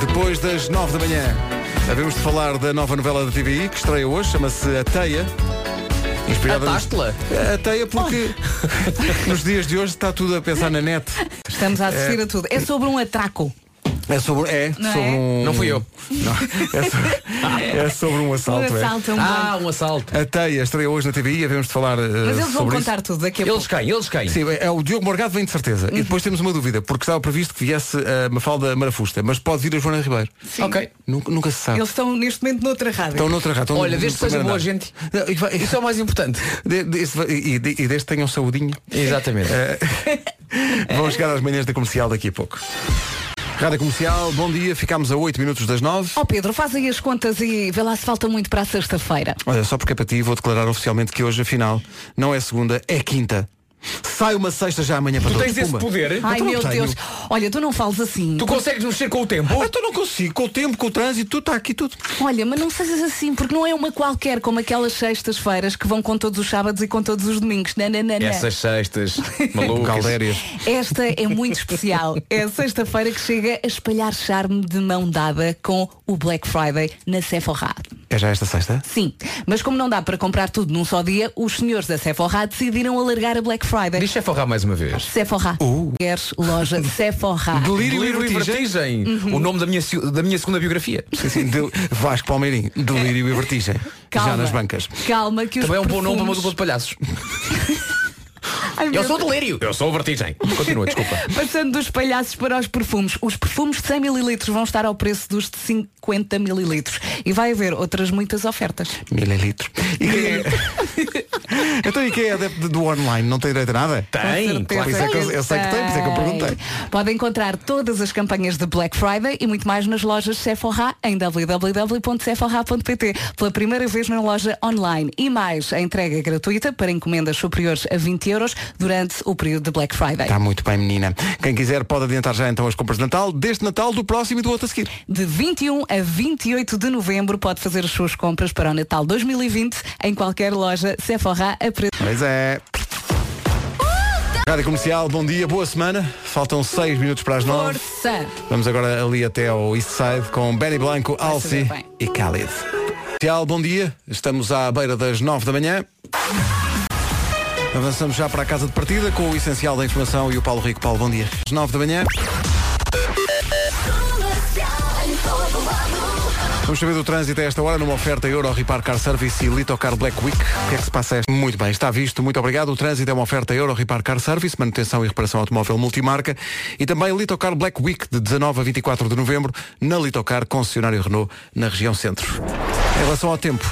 [SPEAKER 1] Depois das nove da manhã, havemos de falar da nova novela da TVI que estreia hoje, chama-se A Teia. Inspirada nos-
[SPEAKER 5] Ataste-la?
[SPEAKER 1] A teia é porque nos dias de hoje está tudo a pensar na net.
[SPEAKER 3] Estamos a assistir a tudo. É sobre um atraco.
[SPEAKER 1] É sobre, é,
[SPEAKER 3] Não
[SPEAKER 1] sobre
[SPEAKER 3] é?
[SPEAKER 1] um.
[SPEAKER 5] Não fui eu.
[SPEAKER 1] Não, é, sobre, é sobre um assalto.
[SPEAKER 3] um
[SPEAKER 1] é.
[SPEAKER 3] assalto a um banco.
[SPEAKER 5] Ah, um assalto.
[SPEAKER 1] A Teia estreia hoje na TVI, havemos de falar. eh,
[SPEAKER 3] Mas eles vão contar tudo daqui a pouco.
[SPEAKER 5] Eles caem, eles caem.
[SPEAKER 1] Sim, é o Diogo Morgado vem de certeza. E depois temos uma dúvida, porque estava previsto que viesse a Mafalda Marafusta, mas pode vir a Joana Ribeiro.
[SPEAKER 3] Sim.
[SPEAKER 5] Ok.
[SPEAKER 1] Nunca, nunca se sabe.
[SPEAKER 3] Eles estão neste momento noutra rádio.
[SPEAKER 1] Estão noutra rata.
[SPEAKER 5] Olha, desde que seja boa gente. Isso é o mais importante.
[SPEAKER 1] E, e- e desde que tenham saudinho.
[SPEAKER 5] Exatamente.
[SPEAKER 1] Eh, vão chegar às manhãs da comercial daqui a pouco. Rádio Comercial, bom dia, ficámos a 8 minutos das 9.
[SPEAKER 3] Ó Pedro, faz aí as contas e vê lá se falta muito para a sexta-feira.
[SPEAKER 1] Olha, só porque é para ti, vou declarar oficialmente que hoje, afinal, não é segunda, é quinta. Sai uma sexta já amanhã para
[SPEAKER 5] Tu
[SPEAKER 1] todos.
[SPEAKER 5] tens esse
[SPEAKER 1] Pumba.
[SPEAKER 5] poder?
[SPEAKER 3] Ai
[SPEAKER 1] Então não
[SPEAKER 3] meu
[SPEAKER 1] tenho.
[SPEAKER 3] Deus. Olha, tu não fales assim.
[SPEAKER 5] Tu consegues mexer com o tempo?
[SPEAKER 1] Ah, então não consigo, com o tempo, com o trânsito, tudo está aqui tudo.
[SPEAKER 3] Olha, mas não sejas assim, porque não é uma qualquer como aquelas sextas-feiras que vão com todos os sábados e com todos os domingos. Não, não, não, não.
[SPEAKER 5] Essas sextas, malucas.
[SPEAKER 1] Caldérias.
[SPEAKER 3] Esta é muito especial. É a sexta-feira que chega a espalhar charme de mão dada com o Black Friday na Sephora.
[SPEAKER 1] É já esta sexta?
[SPEAKER 3] Sim, mas como não dá para comprar tudo num só dia, os senhores da Sephora decidiram alargar a Black Friday.
[SPEAKER 5] Deixa forrar mais uma vez.
[SPEAKER 3] Sephora.
[SPEAKER 5] Uh.
[SPEAKER 3] Queres loja Sephora.
[SPEAKER 1] Delírio,
[SPEAKER 5] Delírio e vertigem. O nome da minha, se- da minha segunda biografia.
[SPEAKER 1] Sim, sim, de- Vasco Palmeirinho,
[SPEAKER 3] É.
[SPEAKER 1] delírio e vertigem. Já nas bancas.
[SPEAKER 3] Calma que os
[SPEAKER 5] Também é um bom nome para uma
[SPEAKER 3] perfumes...
[SPEAKER 5] dupla de palhaços.
[SPEAKER 3] Ai, meu
[SPEAKER 5] Eu sou o delírio. Eu sou o vertigem. Continua, desculpa.
[SPEAKER 3] Passando dos palhaços para os perfumes. Os perfumes de 100 ml vão estar ao preço dos de 50 ml. E vai haver outras muitas ofertas.
[SPEAKER 1] Mililitros. E quem é... então e quem é adepto do online? Não tem direito a nada?
[SPEAKER 5] Tem,
[SPEAKER 3] Com
[SPEAKER 5] claro
[SPEAKER 1] Pois
[SPEAKER 5] que
[SPEAKER 3] certeza
[SPEAKER 1] é que eu- eu sei que tem, pois é que eu perguntei.
[SPEAKER 3] Pode encontrar todas as campanhas de Black Friday e muito mais nas lojas Sephora em www.sephora.pt pela primeira vez na loja online. E mais, a entrega é gratuita para encomendas superiores a 20 euros durante o período de Black Friday.
[SPEAKER 1] Está Tá muito bem, menina. Quem quiser pode adiantar já então as compras de Natal, deste Natal, do próximo e do outro a seguir.
[SPEAKER 3] De 21 a 28 de novembro pode fazer as suas compras para o Natal 2020 em qualquer loja Sephora a preço.
[SPEAKER 1] Pois é. Rádio Comercial, bom dia, boa semana. Faltam seis minutos para as nove.
[SPEAKER 3] Força!
[SPEAKER 1] Vamos agora ali até ao East Side com Benny Blanco, Alci
[SPEAKER 3] saber bem.
[SPEAKER 1] e Khalid. Comercial, bom dia. Estamos à beira das nove da manhã. Avançamos já para a casa de partida com o essencial da informação e o Paulo Rico. Paulo, bom dia. Às nove da manhã. Vamos saber do trânsito a esta hora numa oferta Euro Repar Car Service e Litocar Black Week. O que é que se passa? a esta- Muito bem, está visto, muito obrigado. O trânsito é uma oferta Euro Repar Car Service, manutenção e reparação automóvel multimarca e também Litocar Black Week de 19 a 24 de novembro na Litocar concessionário Renault na região centro. Em relação ao tempo,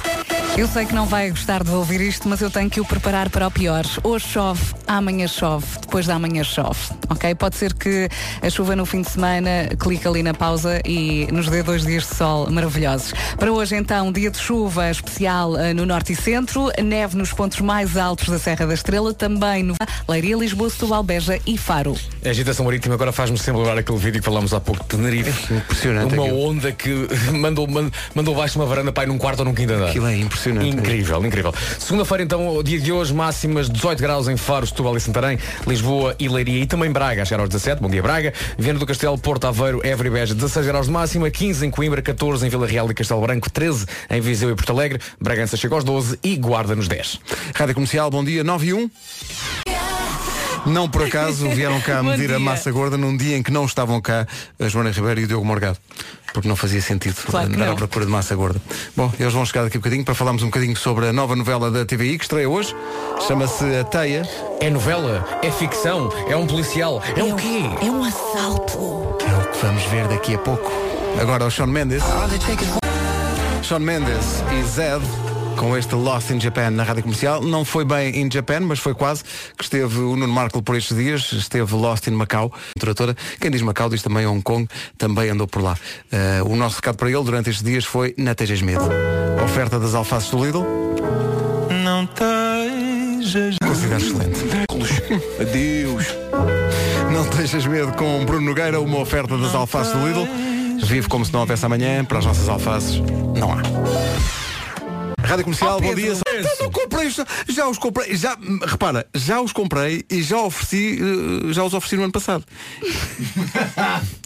[SPEAKER 3] Eu sei que não vai gostar de ouvir isto, mas eu tenho que o preparar para o pior. Hoje chove, amanhã chove, depois da amanhã chove, ok? Pode ser que a chuva no fim de semana clique ali na pausa e nos dê dois dias de sol maravilhosos. Para hoje, então, dia de chuva especial eh, no norte e centro, neve nos pontos mais altos da Serra da Estrela, também no Leiria, Lisboa, Setúbal, Beja e Faro.
[SPEAKER 5] A agitação marítima agora faz-me sempre lembrar aquele vídeo que falámos há pouco de Tenerife.
[SPEAKER 1] É impressionante
[SPEAKER 5] Uma
[SPEAKER 1] aquilo.
[SPEAKER 5] onda que mandou, man- mandou baixo uma varanda para ir num quarto ou num quinto andar.
[SPEAKER 1] aquilo é impressionante.
[SPEAKER 5] Incrível, incrível. Segunda-feira, então, o dia de hoje, máximas 18 graus em Faro, Setúbal e Santarém, Lisboa e Leiria e também Braga, a chegar aos 17, bom dia Braga, Viana do Castelo, Porto Aveiro, Évora e Beja, 16 graus de máxima, 15 em Coimbra, 14 em Vila Real e Castelo Branco, 13 em Viseu e Porto Alegre, Bragança chega aos 12 e Guarda nos 10.
[SPEAKER 1] Rádio Comercial, bom dia, 9 e 1. Não por acaso vieram cá
[SPEAKER 3] Bom
[SPEAKER 1] medir a
[SPEAKER 3] dia.
[SPEAKER 1] massa gorda num dia em que não estavam cá a Joana Ribeiro e o Diogo Morgado. Porque não fazia sentido
[SPEAKER 3] Claro que
[SPEAKER 1] andar à
[SPEAKER 3] não.
[SPEAKER 1] procura de massa gorda. Bom, eles vão chegar daqui a bocadinho para falarmos um bocadinho sobre a nova novela da TVI que estreia hoje. Chama-se A Teia.
[SPEAKER 5] É novela? É ficção? É um policial? É o quê?
[SPEAKER 3] É um assalto.
[SPEAKER 1] É o que vamos ver daqui a pouco. Agora o Sean Mendes. Sean Mendes e Zed com este Lost in Japan na rádio comercial. Não foi bem in Japan, mas foi quase que esteve o Nuno Marco por estes dias. Esteve Lost in Macau, tradutora. Quem diz Macau diz também Hong Kong, também andou por lá. Eh, o nosso recado para ele durante estes dias foi na Tejas Medo. Oferta das alfaces do Lidl.
[SPEAKER 7] Não tejas
[SPEAKER 1] Considero excelente.
[SPEAKER 7] Adeus
[SPEAKER 1] Não deixas medo com Bruno Nogueira, uma oferta das alfaces do Lidl. Vive como se não houvesse amanhã, para as nossas alfaces não há. Rádio Comercial, bom dia. Então, não comprei, já, já os comprei, já, repara, já os comprei e já ofereci, eh, já os ofereci no ano passado.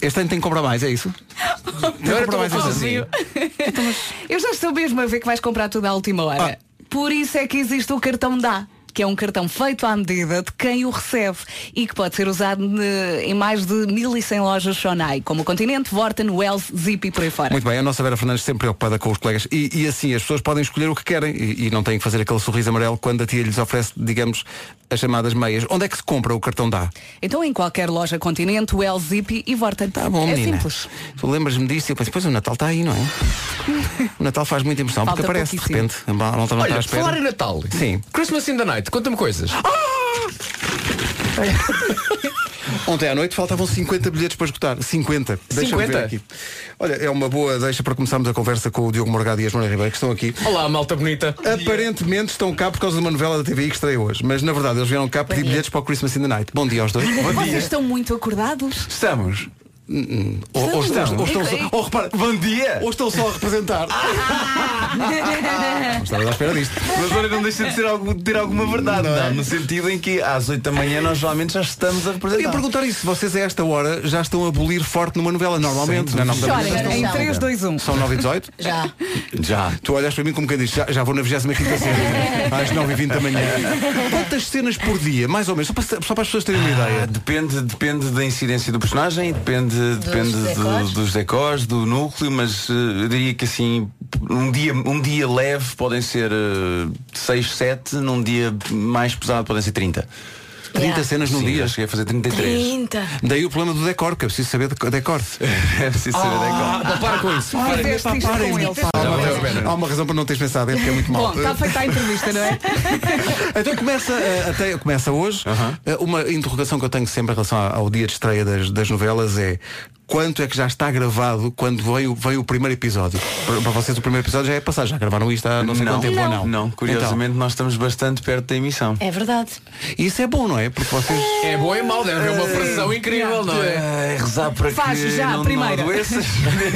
[SPEAKER 1] Este ano tem que comprar mais, é isso?
[SPEAKER 5] Agora
[SPEAKER 1] comprar
[SPEAKER 5] estou
[SPEAKER 1] mais assim.
[SPEAKER 5] sozinho.
[SPEAKER 1] Ah.
[SPEAKER 3] Eu já estou mesmo a ver que vais comprar tudo à última hora. Por isso é que existe o cartão dá. que é um cartão feito à medida de quem o recebe e que pode ser usado ne- em mais de 1100 lojas Shonai, como o Continente, Vorten, Wells, Zip e por aí fora.
[SPEAKER 1] Muito bem, a nossa Vera Fernandes sempre preocupada com os colegas e, e assim as pessoas podem escolher o que querem e, e não têm que fazer aquele sorriso amarelo quando a tia lhes oferece, digamos, as chamadas meias. Onde é que se compra o cartão da?
[SPEAKER 3] Então em qualquer loja Continente, Wells, Zip e Vorten.
[SPEAKER 1] Tá bom,
[SPEAKER 3] é
[SPEAKER 1] menina.
[SPEAKER 3] simples.
[SPEAKER 1] Tu lembras-me disso e eu penso, pois o Natal está aí, não é? o Natal faz muita impressão
[SPEAKER 3] Falta
[SPEAKER 1] porque aparece de
[SPEAKER 3] pouquíssimo.
[SPEAKER 1] repente. A mal- a malta não está à
[SPEAKER 5] Olha,
[SPEAKER 1] espera.
[SPEAKER 5] falar em Natal.
[SPEAKER 1] Sim.
[SPEAKER 5] Christmas in the Night, conta-me coisas.
[SPEAKER 1] Ontem à noite faltavam 50 bilhetes para esgotar. 50. Deixa-me ver
[SPEAKER 5] 50?
[SPEAKER 1] aqui. Olha, é uma boa deixa para começarmos a conversa com o Diogo Morgado e a Joana Ribeiro, que estão aqui.
[SPEAKER 5] Olá, malta bonita.
[SPEAKER 1] Aparentemente estão cá por causa de uma novela da TVI que estreia hoje. Mas na verdade eles vieram cá pedir bilhetes para o Christmas in the Night. Bom dia aos dois. Bom
[SPEAKER 3] Vocês estão muito acordados?
[SPEAKER 1] Estamos. Hum, hum. Ou, ou
[SPEAKER 3] Estamos.
[SPEAKER 1] estão, ou estão,
[SPEAKER 3] É que-
[SPEAKER 1] ou repara,
[SPEAKER 7] Bom dia! Ah!
[SPEAKER 1] ou estão só a representar. Não estava à espera disto.
[SPEAKER 7] Mas olha, não deixa de ser algo, de ter alguma verdade,
[SPEAKER 1] é?
[SPEAKER 7] não, é? no sentido em que às 8 da manhã nós geralmente já estamos a
[SPEAKER 1] Eu ia
[SPEAKER 7] representar.
[SPEAKER 1] perguntar isso. Vocês a esta hora já estão a abolir forte numa novela, normalmente. na nossa
[SPEAKER 3] Chorem
[SPEAKER 1] novela. Então.
[SPEAKER 3] em um. 3, 2, 1.
[SPEAKER 1] São 9 e 18?
[SPEAKER 4] Já.
[SPEAKER 1] Já. Tu olhas para mim como quem diz, já, já vou na 25 cena, às 9 e 20 da manhã. Quantas cenas por dia, mais ou menos? Só para, só para as pessoas terem uma
[SPEAKER 7] Ah,
[SPEAKER 1] ideia.
[SPEAKER 7] depende, depende da incidência do personagem, depende, depende do-
[SPEAKER 4] decors.
[SPEAKER 7] dos decors, do núcleo, mas eh, eu diria que assim, um dia, um dia leve podem ser 6, 7, num dia mais pesado podem ser 30.
[SPEAKER 1] 30
[SPEAKER 4] Yeah.
[SPEAKER 1] cenas num
[SPEAKER 7] Sim,
[SPEAKER 1] dia.
[SPEAKER 7] já cheguei a fazer 33.
[SPEAKER 4] 30.
[SPEAKER 1] Daí o problema do decor, que é preciso saber de decor.
[SPEAKER 7] É preciso saber decor.
[SPEAKER 5] Ah, para com isso.
[SPEAKER 3] Fizeste isto com ele.
[SPEAKER 1] Há uma, razão, há uma razão para não teres pensado, é porque é muito
[SPEAKER 3] Bom,
[SPEAKER 1] mal.
[SPEAKER 7] tá
[SPEAKER 3] está feita a entrevista, não é?
[SPEAKER 1] Então começa, eh, até, começa hoje. Eh, Uma interrogação que eu tenho sempre em relação ao ao dia de estreia das, das novelas é quanto é que já está gravado quando vem o, vem o primeiro episódio? Para, para vocês o primeiro episódio já é passado, já gravaram isto há não sei quanto tempo ou não?
[SPEAKER 7] não, curiosamente nós estamos bastante perto da emissão.
[SPEAKER 4] É verdade.
[SPEAKER 1] Então, isso é bom, não é? Porque vocês.
[SPEAKER 5] É bom e mau, deve haver uma pressão incrível, não é?
[SPEAKER 7] É, rezar para
[SPEAKER 3] Faz
[SPEAKER 7] que
[SPEAKER 3] já a
[SPEAKER 7] não,
[SPEAKER 3] primeira.
[SPEAKER 7] não adoeças,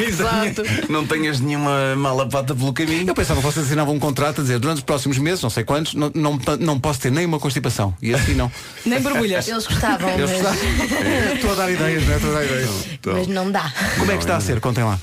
[SPEAKER 5] Exato.
[SPEAKER 7] não tenhas nenhuma mala pata pelo
[SPEAKER 1] Eu
[SPEAKER 7] caminho.
[SPEAKER 1] pensava que vocês assinavam um contrato a dizer durante os próximos meses, não sei quantos, não, não, não posso ter nenhuma constipação. E assim não.
[SPEAKER 3] Nem borbulhas.
[SPEAKER 4] Eles gostavam,
[SPEAKER 1] Eu
[SPEAKER 4] mas,
[SPEAKER 1] Estou a dar ideias, não é? Estou a dar ideias.
[SPEAKER 4] mas não dá.
[SPEAKER 1] Como é que está a ser? Contem lá.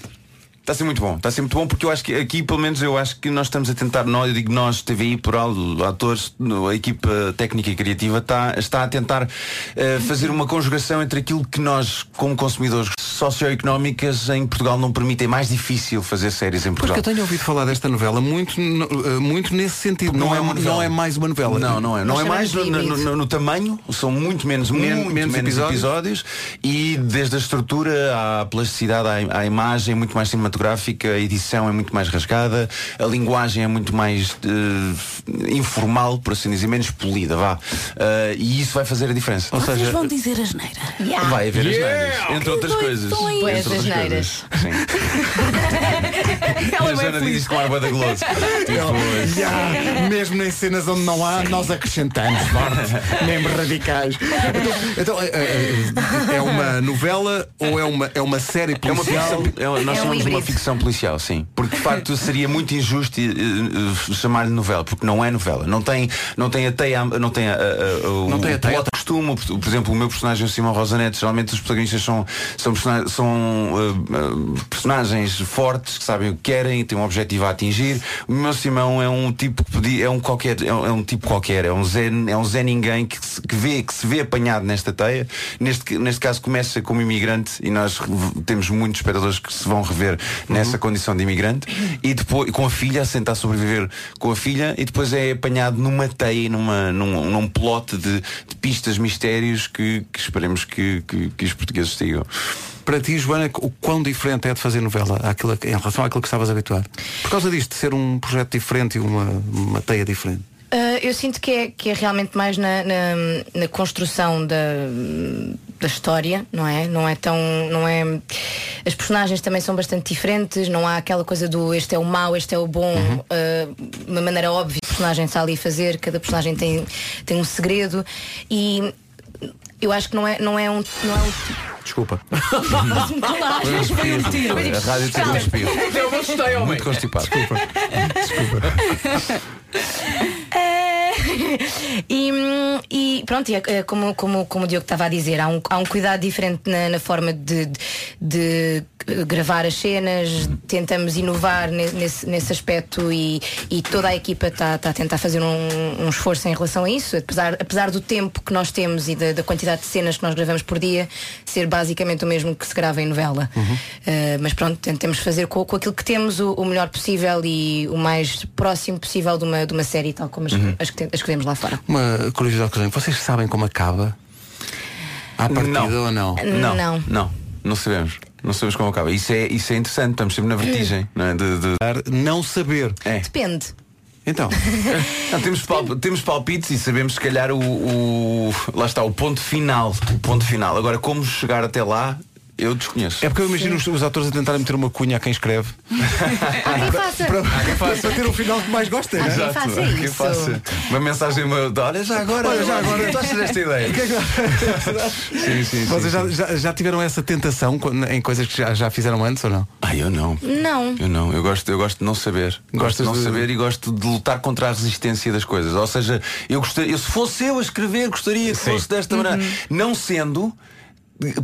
[SPEAKER 7] Está a ser muito bom, está a ser muito bom porque eu acho que aqui pelo menos eu acho que nós estamos a tentar, nós, eu digo nós, TVI, plural, atores, no- a equipa técnica e criativa está, está a tentar eh, fazer uma conjugação entre aquilo que nós, como consumidores socioeconómicas em Portugal não permite, é mais difícil fazer séries em Portugal.
[SPEAKER 1] Porque eu tenho ouvido falar desta novela muito, no- eh, muito nesse sentido. Não,
[SPEAKER 7] Não
[SPEAKER 1] é,
[SPEAKER 7] é uma novela.
[SPEAKER 1] não é mais uma novela.
[SPEAKER 7] Não, não é. Não
[SPEAKER 4] Nós
[SPEAKER 7] é mais no,
[SPEAKER 4] chamamos de
[SPEAKER 7] no-
[SPEAKER 4] híbrido.
[SPEAKER 7] no- no tamanho, são muito menos,
[SPEAKER 1] Men-
[SPEAKER 7] muito
[SPEAKER 1] menos
[SPEAKER 7] menos,
[SPEAKER 1] episódios.
[SPEAKER 7] episódios. e desde a estrutura à plasticidade, à, im- à imagem é muito mais cinematográfica, a edição é muito mais rasgada, a linguagem é muito mais eh, informal, por assim dizer, menos polida, vá. Eh, e isso vai fazer a diferença.
[SPEAKER 1] Ou seja,
[SPEAKER 3] dizer asneira.
[SPEAKER 7] Vai haver
[SPEAKER 5] Yeah!
[SPEAKER 7] as neiras, entre outras coisas.
[SPEAKER 4] Pois,
[SPEAKER 7] Entre
[SPEAKER 4] as
[SPEAKER 7] outras
[SPEAKER 4] neiras.
[SPEAKER 7] coisas. Sim.
[SPEAKER 3] Ela
[SPEAKER 7] A
[SPEAKER 3] é bem
[SPEAKER 7] Joana diz
[SPEAKER 3] feliz.
[SPEAKER 7] isso com arba da globo.
[SPEAKER 1] Ya, mesmo em cenas onde não há, nós acrescentamos forte, mesmo radicais. Então, então, eh, eh, é uma novela ou é uma, é uma série
[SPEAKER 7] É uma
[SPEAKER 1] policial?
[SPEAKER 7] ficção, é uma- nós
[SPEAKER 4] É um
[SPEAKER 7] chamamos de uma
[SPEAKER 4] híbrido.
[SPEAKER 7] ficção policial, sim. Porque de facto seria muito injusto eh, eh, chamar-lhe novela, porque não é novela. Não tem, não tem a teia, não tem a, a- a- o,
[SPEAKER 1] Não tem a
[SPEAKER 7] o
[SPEAKER 1] teia.
[SPEAKER 7] plot costume. O- Por exemplo, o meu personagem, o Simão Rosanete, geralmente os protagonistas são, são, persona- são eh, eh, personagens fortes que sabem o que querem, têm um objetivo a atingir. O meu Simão é um tipo que podia- é um qualquer, é um, é um tipo qualquer, é um Zé, é um Zé ninguém que se, que vê, que se vê apanhado nesta teia. Neste, neste caso começa como imigrante e nós rev- temos muitos espectadores que se vão rever
[SPEAKER 1] Uhum.
[SPEAKER 7] nessa condição de imigrante e depois com a filha a tentar sobreviver com a filha e depois é apanhado numa teia, numa, num, num plot de, de pistas, mistérios que, que esperemos que, que, que os portugueses sigam.
[SPEAKER 1] Para ti, Joana, o quão diferente é de fazer novela àquilo, a- em relação àquilo que estavas habituado? Por causa disto, de ser um projeto diferente e uma, uma teia diferente.
[SPEAKER 4] Ah, eu sinto que é, que é realmente mais na, na- na construção da, da história, não é? Não é tão. Não é, as personagens também são bastante diferentes, não há aquela coisa do este é o mau, este é o bom, ah, de uma maneira óbvia. O personagem está ali a fazer, cada personagem tem, tem um segredo e eu acho que não é, não é um. Não é um
[SPEAKER 1] Desculpa.
[SPEAKER 3] Foi um tiro.
[SPEAKER 7] A rádio tem um espelho.
[SPEAKER 5] Eu me assustei, homem.
[SPEAKER 7] Muito constipado.
[SPEAKER 4] Eh, e, hum, e pronto, e, eh, como, como, como o Diogo estava a dizer, há um, há um cuidado diferente na, na forma de, de- de gravar as cenas, tentamos inovar ne- nesse, nesse aspecto e, e toda a equipa está está a tentar fazer um, um esforço em relação a isso, apesar, apesar do tempo que nós temos e da, da quantidade de cenas que nós gravamos por dia ser basicamente o mesmo que se grava em novela. Eh, mas pronto, tentamos fazer com, com aquilo que temos o, o melhor possível e o mais próximo possível de uma, de uma série, tal como as, as, que, te- as que vemos lá fora.
[SPEAKER 1] Uma curiosidade que eu tenho. Vocês sabem como acaba? À partida
[SPEAKER 7] Não.
[SPEAKER 1] ou não?
[SPEAKER 7] Não,
[SPEAKER 4] Não.
[SPEAKER 7] não, não, sabemos. Não sabemos como acaba. Isso é, isso é interessante, estamos sempre na vertigem. Não, é? De- de-
[SPEAKER 1] Não saber.
[SPEAKER 7] é.
[SPEAKER 4] Depende.
[SPEAKER 1] Então,
[SPEAKER 7] Não, temos, palp- temos palpites e sabemos se calhar o, o- Lá está, o ponto final. O ponto final. Agora, como chegar até lá, eu desconheço.
[SPEAKER 1] é porque eu imagino os, os atores a tentarem meter uma cunha a quem escreve
[SPEAKER 4] Alguém Ah, faça.
[SPEAKER 1] para, para ter o final que mais gostem. não é?
[SPEAKER 4] Alguém Ah, faça
[SPEAKER 7] Exato. Quem
[SPEAKER 4] isso.
[SPEAKER 7] faça uma mensagem uma, de, olha já agora,
[SPEAKER 1] Olha, já agora."
[SPEAKER 7] tu achas desta ideia? sim, sim, sim,
[SPEAKER 1] é Vocês já,
[SPEAKER 7] sim.
[SPEAKER 1] já, já tiveram essa tentação quando- em coisas que já, já fizeram antes ou não?
[SPEAKER 7] Ah, eu não.
[SPEAKER 4] Não.
[SPEAKER 7] Eu não, eu gosto, eu gosto de não saber. Gosto de
[SPEAKER 1] Gostas
[SPEAKER 7] não
[SPEAKER 1] de-
[SPEAKER 7] saber e gosto de lutar contra a resistência das coisas. Ou seja, eu gostaria, eu, se fosse eu a escrever, gostaria que fosse desta maneira. Não sendo,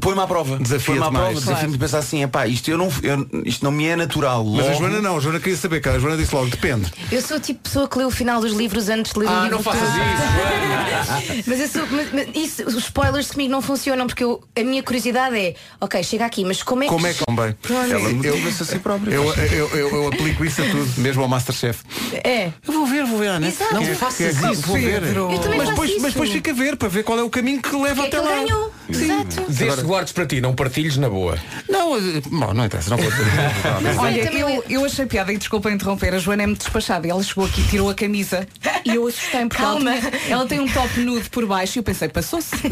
[SPEAKER 7] põe-me à prova.
[SPEAKER 1] Desafia-te
[SPEAKER 7] Põe-me à prova,
[SPEAKER 1] mais.
[SPEAKER 7] desafia-me de pensar assim, epá, isto, eu não, eu- isto não me é natural.
[SPEAKER 1] Mas a
[SPEAKER 7] Logo-
[SPEAKER 1] Joana não, a Joana queria saber, cara. A Joana disse logo, depende.
[SPEAKER 4] Eu sou o tipo de pessoa que lê o final dos livros antes de ler o livro. todo. Mas, eu sou- mas- mas isso, os spoilers comigo não funcionam porque eu- a minha curiosidade é, ok, chega aqui, mas como é
[SPEAKER 1] Como
[SPEAKER 4] que.
[SPEAKER 1] é que bem?
[SPEAKER 4] Pronto.
[SPEAKER 7] Ela motiva-se a si própria.
[SPEAKER 1] Eu, eu, eu, eu aplico isso a tudo, mesmo ao Masterchef.
[SPEAKER 4] É.
[SPEAKER 1] Eu vou ver, vou ver, Ana.
[SPEAKER 4] Exato.
[SPEAKER 1] Não
[SPEAKER 4] Que-
[SPEAKER 1] faças
[SPEAKER 5] que-
[SPEAKER 1] isso, vou ver.
[SPEAKER 5] Pedro.
[SPEAKER 4] Eu
[SPEAKER 1] mas,
[SPEAKER 4] também faço
[SPEAKER 1] depois,
[SPEAKER 4] isso.
[SPEAKER 1] mas depois fica a ver, para ver qual é o caminho que leva
[SPEAKER 4] É que
[SPEAKER 1] até
[SPEAKER 4] ele
[SPEAKER 1] lá.
[SPEAKER 4] ganhou. Exato.
[SPEAKER 5] Desde guardes para ti, não partilhes na boa.
[SPEAKER 1] Não, eh, bom, não interessa, não vou dizer.
[SPEAKER 4] Mas
[SPEAKER 3] Olha,
[SPEAKER 4] também
[SPEAKER 3] eu, eu achei piada e desculpa interromper, a Joana é muito despachada. Ela chegou aqui, tirou a camisa e eu assustei-me porque ela,
[SPEAKER 4] Calma.
[SPEAKER 3] tinha- ela tem um top nude por baixo e eu pensei, passou-se.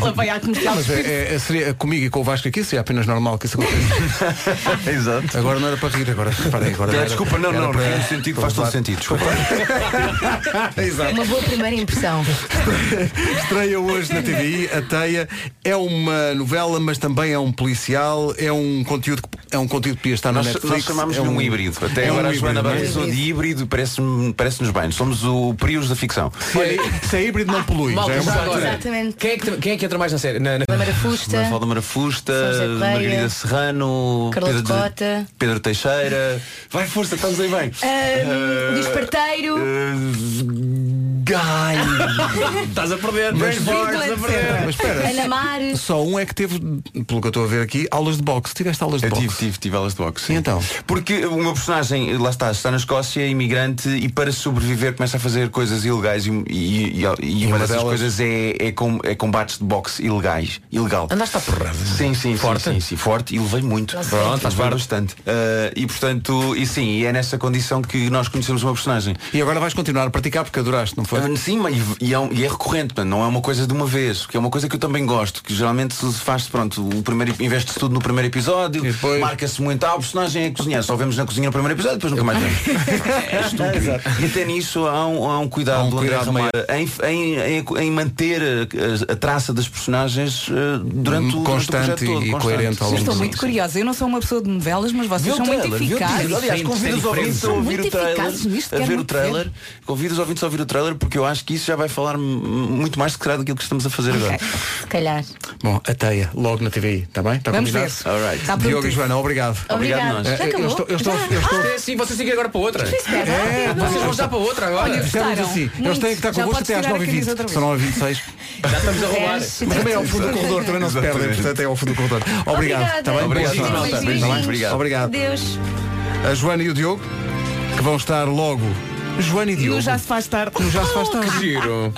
[SPEAKER 3] ela veio à comercial.
[SPEAKER 1] Mas é, é- seria comigo e com o Vasco aqui seria apenas normal que isso aconteça.
[SPEAKER 7] Exato.
[SPEAKER 1] Agora não era para rir, agora reparem, agora.
[SPEAKER 7] É,
[SPEAKER 1] era-
[SPEAKER 7] desculpa, não,
[SPEAKER 1] era
[SPEAKER 7] não, não,
[SPEAKER 1] para-
[SPEAKER 7] faz sentido, faz todo sentido, desculpa.
[SPEAKER 1] Exato.
[SPEAKER 4] Uma boa primeira impressão.
[SPEAKER 1] Estreia hoje na TVI, a Teia é uma novela, mas também é um policial, é um conteúdo que é um conteúdo que podia estar na
[SPEAKER 7] Nós,
[SPEAKER 1] Netflix.
[SPEAKER 7] nós chamámos
[SPEAKER 1] é
[SPEAKER 7] de um, híbrido. Até
[SPEAKER 1] é um
[SPEAKER 7] agora a
[SPEAKER 1] híbrido,
[SPEAKER 7] Joana
[SPEAKER 1] não é?
[SPEAKER 7] batizou de híbrido, parece-me- parece-nos bem. Somos o Prius da ficção.
[SPEAKER 1] Olha, se é híbrido não polui, já é
[SPEAKER 5] Malta,
[SPEAKER 1] uma
[SPEAKER 5] já agora,
[SPEAKER 4] Exatamente.
[SPEAKER 5] Quem é, que, quem é que entra mais na série? Na- na-
[SPEAKER 4] Lamara Fusta.
[SPEAKER 7] Mafalda Marafusta,
[SPEAKER 4] Sousa Coelho,
[SPEAKER 7] Margarida Serrano,
[SPEAKER 4] Carlos
[SPEAKER 7] Pedro,
[SPEAKER 4] Cota.
[SPEAKER 7] Pedro Teixeira. Vai força, estamos aí bem.
[SPEAKER 4] Ahm, Luís Parteiro.
[SPEAKER 7] Gai.
[SPEAKER 5] Estás a perder. Mas
[SPEAKER 1] Mas espera,
[SPEAKER 4] Ana Mares.
[SPEAKER 1] só um é que teve, pelo que eu estou a ver aqui, aulas de boxe. Tiveste aulas de
[SPEAKER 7] Eu
[SPEAKER 1] boxe?
[SPEAKER 7] tive, tive, tive elas de boxe. sim.
[SPEAKER 1] E então?
[SPEAKER 7] Porque o meu personagem, lá está, está na Escócia, é imigrante, e para sobreviver começa a fazer coisas ilegais e, e- e- e uma
[SPEAKER 1] uma
[SPEAKER 7] dessas
[SPEAKER 1] delas-
[SPEAKER 7] coisas é, é, com- é combates de boxe ilegais. Ilegal.
[SPEAKER 5] Andaste à porrada.
[SPEAKER 7] Sim, sim,
[SPEAKER 5] Forte?
[SPEAKER 7] sim, sim, sim, forte e levei muito.
[SPEAKER 4] Nossa.
[SPEAKER 7] Pronto,
[SPEAKER 5] Pronto, faz
[SPEAKER 7] faz
[SPEAKER 5] parte.
[SPEAKER 7] bastante. Ah, e portanto, e sim, e é nessa condição que nós conhecemos uma personagem.
[SPEAKER 1] E agora vais continuar a praticar porque adoraste, não foi?
[SPEAKER 7] Ah, Sim, mas e é, um- e é recorrente, portanto, não é uma coisa de uma vez, que é uma coisa que eu também gosto, que geralmente se faz, pronto, o primeiro, investe-se tudo no primeiro episódio,
[SPEAKER 1] E depois-
[SPEAKER 7] marca-se muito, ah, o personagem é cozinhar, só vemos na cozinha no primeiro episódio, depois nunca mais vemos. é estúpido. E até nisso há um, há um cuidado,
[SPEAKER 1] Há um
[SPEAKER 7] do André
[SPEAKER 1] cuidado
[SPEAKER 7] Romero em, em- em- em manter a, a traça das personagens eh, durante, o,
[SPEAKER 1] Constante
[SPEAKER 7] durante o projeto todo,
[SPEAKER 1] e coerente ao
[SPEAKER 7] Sim,
[SPEAKER 1] longo
[SPEAKER 3] Estou
[SPEAKER 7] sim,
[SPEAKER 3] muito
[SPEAKER 7] sim.
[SPEAKER 3] curiosa. Eu não sou uma pessoa de novelas, mas vocês
[SPEAKER 7] Vê
[SPEAKER 3] são
[SPEAKER 7] o
[SPEAKER 3] muito
[SPEAKER 7] trailer, vê o
[SPEAKER 3] eficazes.
[SPEAKER 7] trailer. Aliás,
[SPEAKER 5] Diferente,
[SPEAKER 7] convido os
[SPEAKER 5] é
[SPEAKER 7] ouvintes a
[SPEAKER 5] diferente.
[SPEAKER 7] ouvir
[SPEAKER 3] Muito
[SPEAKER 7] o trailer.
[SPEAKER 3] eficazes nisto,
[SPEAKER 7] A
[SPEAKER 3] quero
[SPEAKER 7] ver o
[SPEAKER 3] muito
[SPEAKER 7] trailer. Convido os ouvintes a ouvir o trailer porque eu acho que isso já vai falar m- muito mais se calhar daquilo que estamos a fazer agora.
[SPEAKER 4] Se calhar.
[SPEAKER 1] Bom, a Teia, logo na TVI, está tá bem? Está
[SPEAKER 3] Vamos
[SPEAKER 1] combinado?
[SPEAKER 3] ver. Tá
[SPEAKER 7] All right.
[SPEAKER 3] Está
[SPEAKER 1] Diogo e
[SPEAKER 3] prometido.
[SPEAKER 1] Joana, obrigado.
[SPEAKER 7] Obrigado, nós.
[SPEAKER 4] Obrigada. Já
[SPEAKER 1] Eh, eu
[SPEAKER 4] acabou?
[SPEAKER 1] estou, eu estou, eu estou,
[SPEAKER 5] É assim, vocês seguem agora para outra.
[SPEAKER 1] é,
[SPEAKER 5] Vocês vão já para outra agora.
[SPEAKER 3] Olha,
[SPEAKER 1] Estamos
[SPEAKER 3] Gostaram?
[SPEAKER 1] assim. Eles
[SPEAKER 3] Muito.
[SPEAKER 1] têm que estar
[SPEAKER 3] Já
[SPEAKER 1] convosco
[SPEAKER 3] podes
[SPEAKER 1] até às
[SPEAKER 3] tirar a camisa
[SPEAKER 1] 9h20.
[SPEAKER 3] outra
[SPEAKER 1] São 9h26.
[SPEAKER 5] já estamos a roubar.
[SPEAKER 1] Mas também é
[SPEAKER 4] um-
[SPEAKER 1] ao fundo do corredor, também não se perdem.
[SPEAKER 7] Exatamente.
[SPEAKER 1] Portanto, é ao fundo do corredor. Obrigado.
[SPEAKER 4] Obrigada.
[SPEAKER 1] Está bem?
[SPEAKER 7] Obrigado,
[SPEAKER 1] Boa
[SPEAKER 7] malta.
[SPEAKER 1] sorte.
[SPEAKER 7] Beijinhos.
[SPEAKER 1] Está bem?
[SPEAKER 7] Obrigado.
[SPEAKER 1] Obrigado.
[SPEAKER 4] Deus.
[SPEAKER 1] A Joana e o Diogo, que vão estar logo. Joana e Diogo.
[SPEAKER 3] No Já Se Faz Tarde.
[SPEAKER 1] No Já se faz tarde.
[SPEAKER 5] Giro.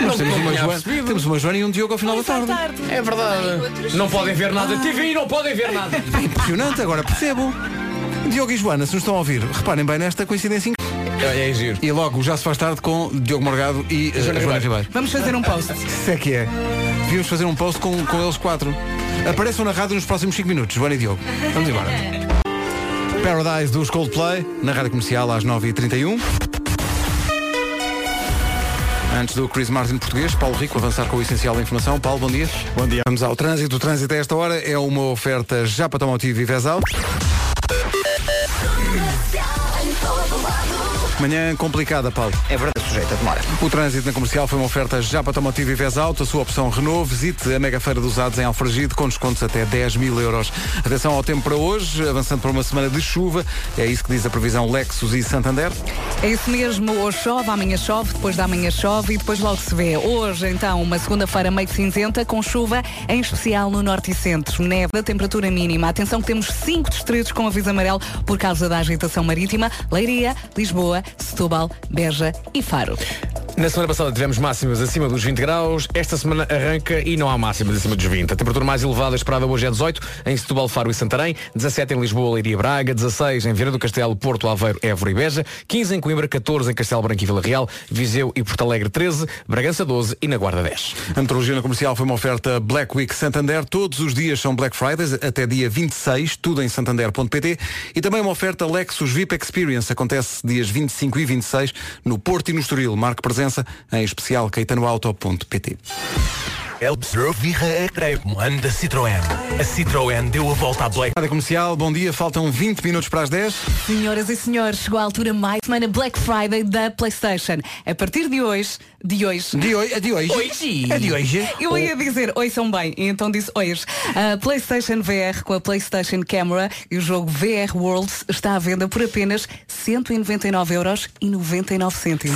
[SPEAKER 1] Nós temos uma,
[SPEAKER 5] tinha
[SPEAKER 1] Joana,
[SPEAKER 5] percebido.
[SPEAKER 1] temos uma Joana e um Diogo ao final da
[SPEAKER 3] Faz
[SPEAKER 1] tarde.
[SPEAKER 3] tarde.
[SPEAKER 5] É verdade. Não podem ver nada. TV não podem ver nada.
[SPEAKER 1] É impressionante, agora percebo. Diogo e Joana, se nos estão a ouvir, reparem bem nesta coincidência. inc-
[SPEAKER 5] É, é giro.
[SPEAKER 1] E logo, já se faz tarde com Diogo Morgado e eh,
[SPEAKER 5] Joana
[SPEAKER 1] Joana
[SPEAKER 5] Ribeiro.
[SPEAKER 1] Ribeiro.
[SPEAKER 3] Vamos fazer um post.
[SPEAKER 1] Se é que é. Devíamos fazer um post com, com eles quatro. Apareçam na rádio nos próximos 5 minutos, Joana e Diogo. Vamos embora. Paradise dos Coldplay, na rádio comercial às 9h31. Antes do Chris Martin português, Paulo Rico avançar com o essencial da informação. Paulo, bom dia. Bom dia. Vamos ao trânsito. O trânsito a esta hora é uma oferta já para Tomotivo e Vesal. Manhã complicada, Paulo.
[SPEAKER 2] É verdade, sujeita a demora.
[SPEAKER 1] O trânsito na comercial foi uma oferta já para Tomotivo e Vez Auto, a sua opção Renault. Visite a Mega Feira dos Usados em Alfragide com descontos até 10 mil euros. Atenção ao tempo para hoje, avançando para uma semana de chuva. É isso que diz a previsão Lexus e Santander.
[SPEAKER 3] É isso mesmo, hoje chove, amanhã chove, depois da manhã chove e depois logo se vê. Hoje, então, uma segunda-feira meio cinzenta, com chuva, em especial no norte e centro. Neve, a temperatura mínima. Atenção que temos cinco distritos com aviso amarelo por causa da agitação marítima. Leiria, Lisboa, Setúbal, Beja e Faro.
[SPEAKER 5] Na semana passada tivemos máximas acima dos 20 graus, esta semana arranca e não há máximas acima dos 20. A temperatura mais elevada esperada hoje é 18, em Setúbal, Faro e Santarém, 17 em Lisboa, Leiria e Braga, 16 em Vieira do Castelo, Porto, Aveiro, Évora e Beja, 15 em Coimbra, 14 em Castelo Branco e Vila Real, Viseu e Porto Alegre 13, Bragança 12 e na Guarda 10.
[SPEAKER 1] A metrologia na comercial foi uma oferta Black Week Santander. Todos os dias são Black Fridays, até dia 26, tudo em santander.pt. E também uma oferta Lexus VIP Experience. Acontece dias 25 e 26 no Porto e no Estoril. Marque presença, em especial caetanoauto.pt. Rádio Comercial, bom dia. Faltam 20 minutos para as 10.
[SPEAKER 3] Senhoras e senhores, chegou a altura mais semana Black Friday da PlayStation. A partir de hoje, de hoje.
[SPEAKER 1] De hoje. É de hoje. É de hoje.
[SPEAKER 3] Eu ia dizer oi são bem, e então disse hoje. A PlayStation VR com a PlayStation Camera e o jogo VR Worlds está à venda por apenas 199,99€.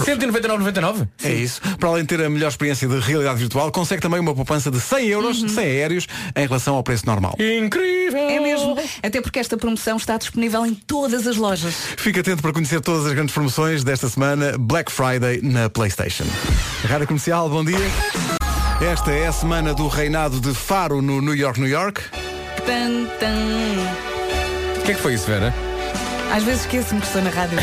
[SPEAKER 5] 199,99?
[SPEAKER 1] É isso. Para além de ter a melhor experiência de realidade virtual, consegue também uma poupança de 100
[SPEAKER 3] Uhum.
[SPEAKER 1] euros, 100 aéreos, em relação ao preço normal.
[SPEAKER 5] Incrível!
[SPEAKER 3] É mesmo, até porque esta promoção está disponível em todas as lojas.
[SPEAKER 1] Fica atento para conhecer todas as grandes promoções desta semana, Black Friday na PlayStation. Rádio Comercial, bom dia. Esta é a semana do reinado de Faro no New York, New York.
[SPEAKER 3] Tan, tan.
[SPEAKER 5] O que é que foi isso, Vera?
[SPEAKER 3] Às vezes esqueço-me que estou na rádio.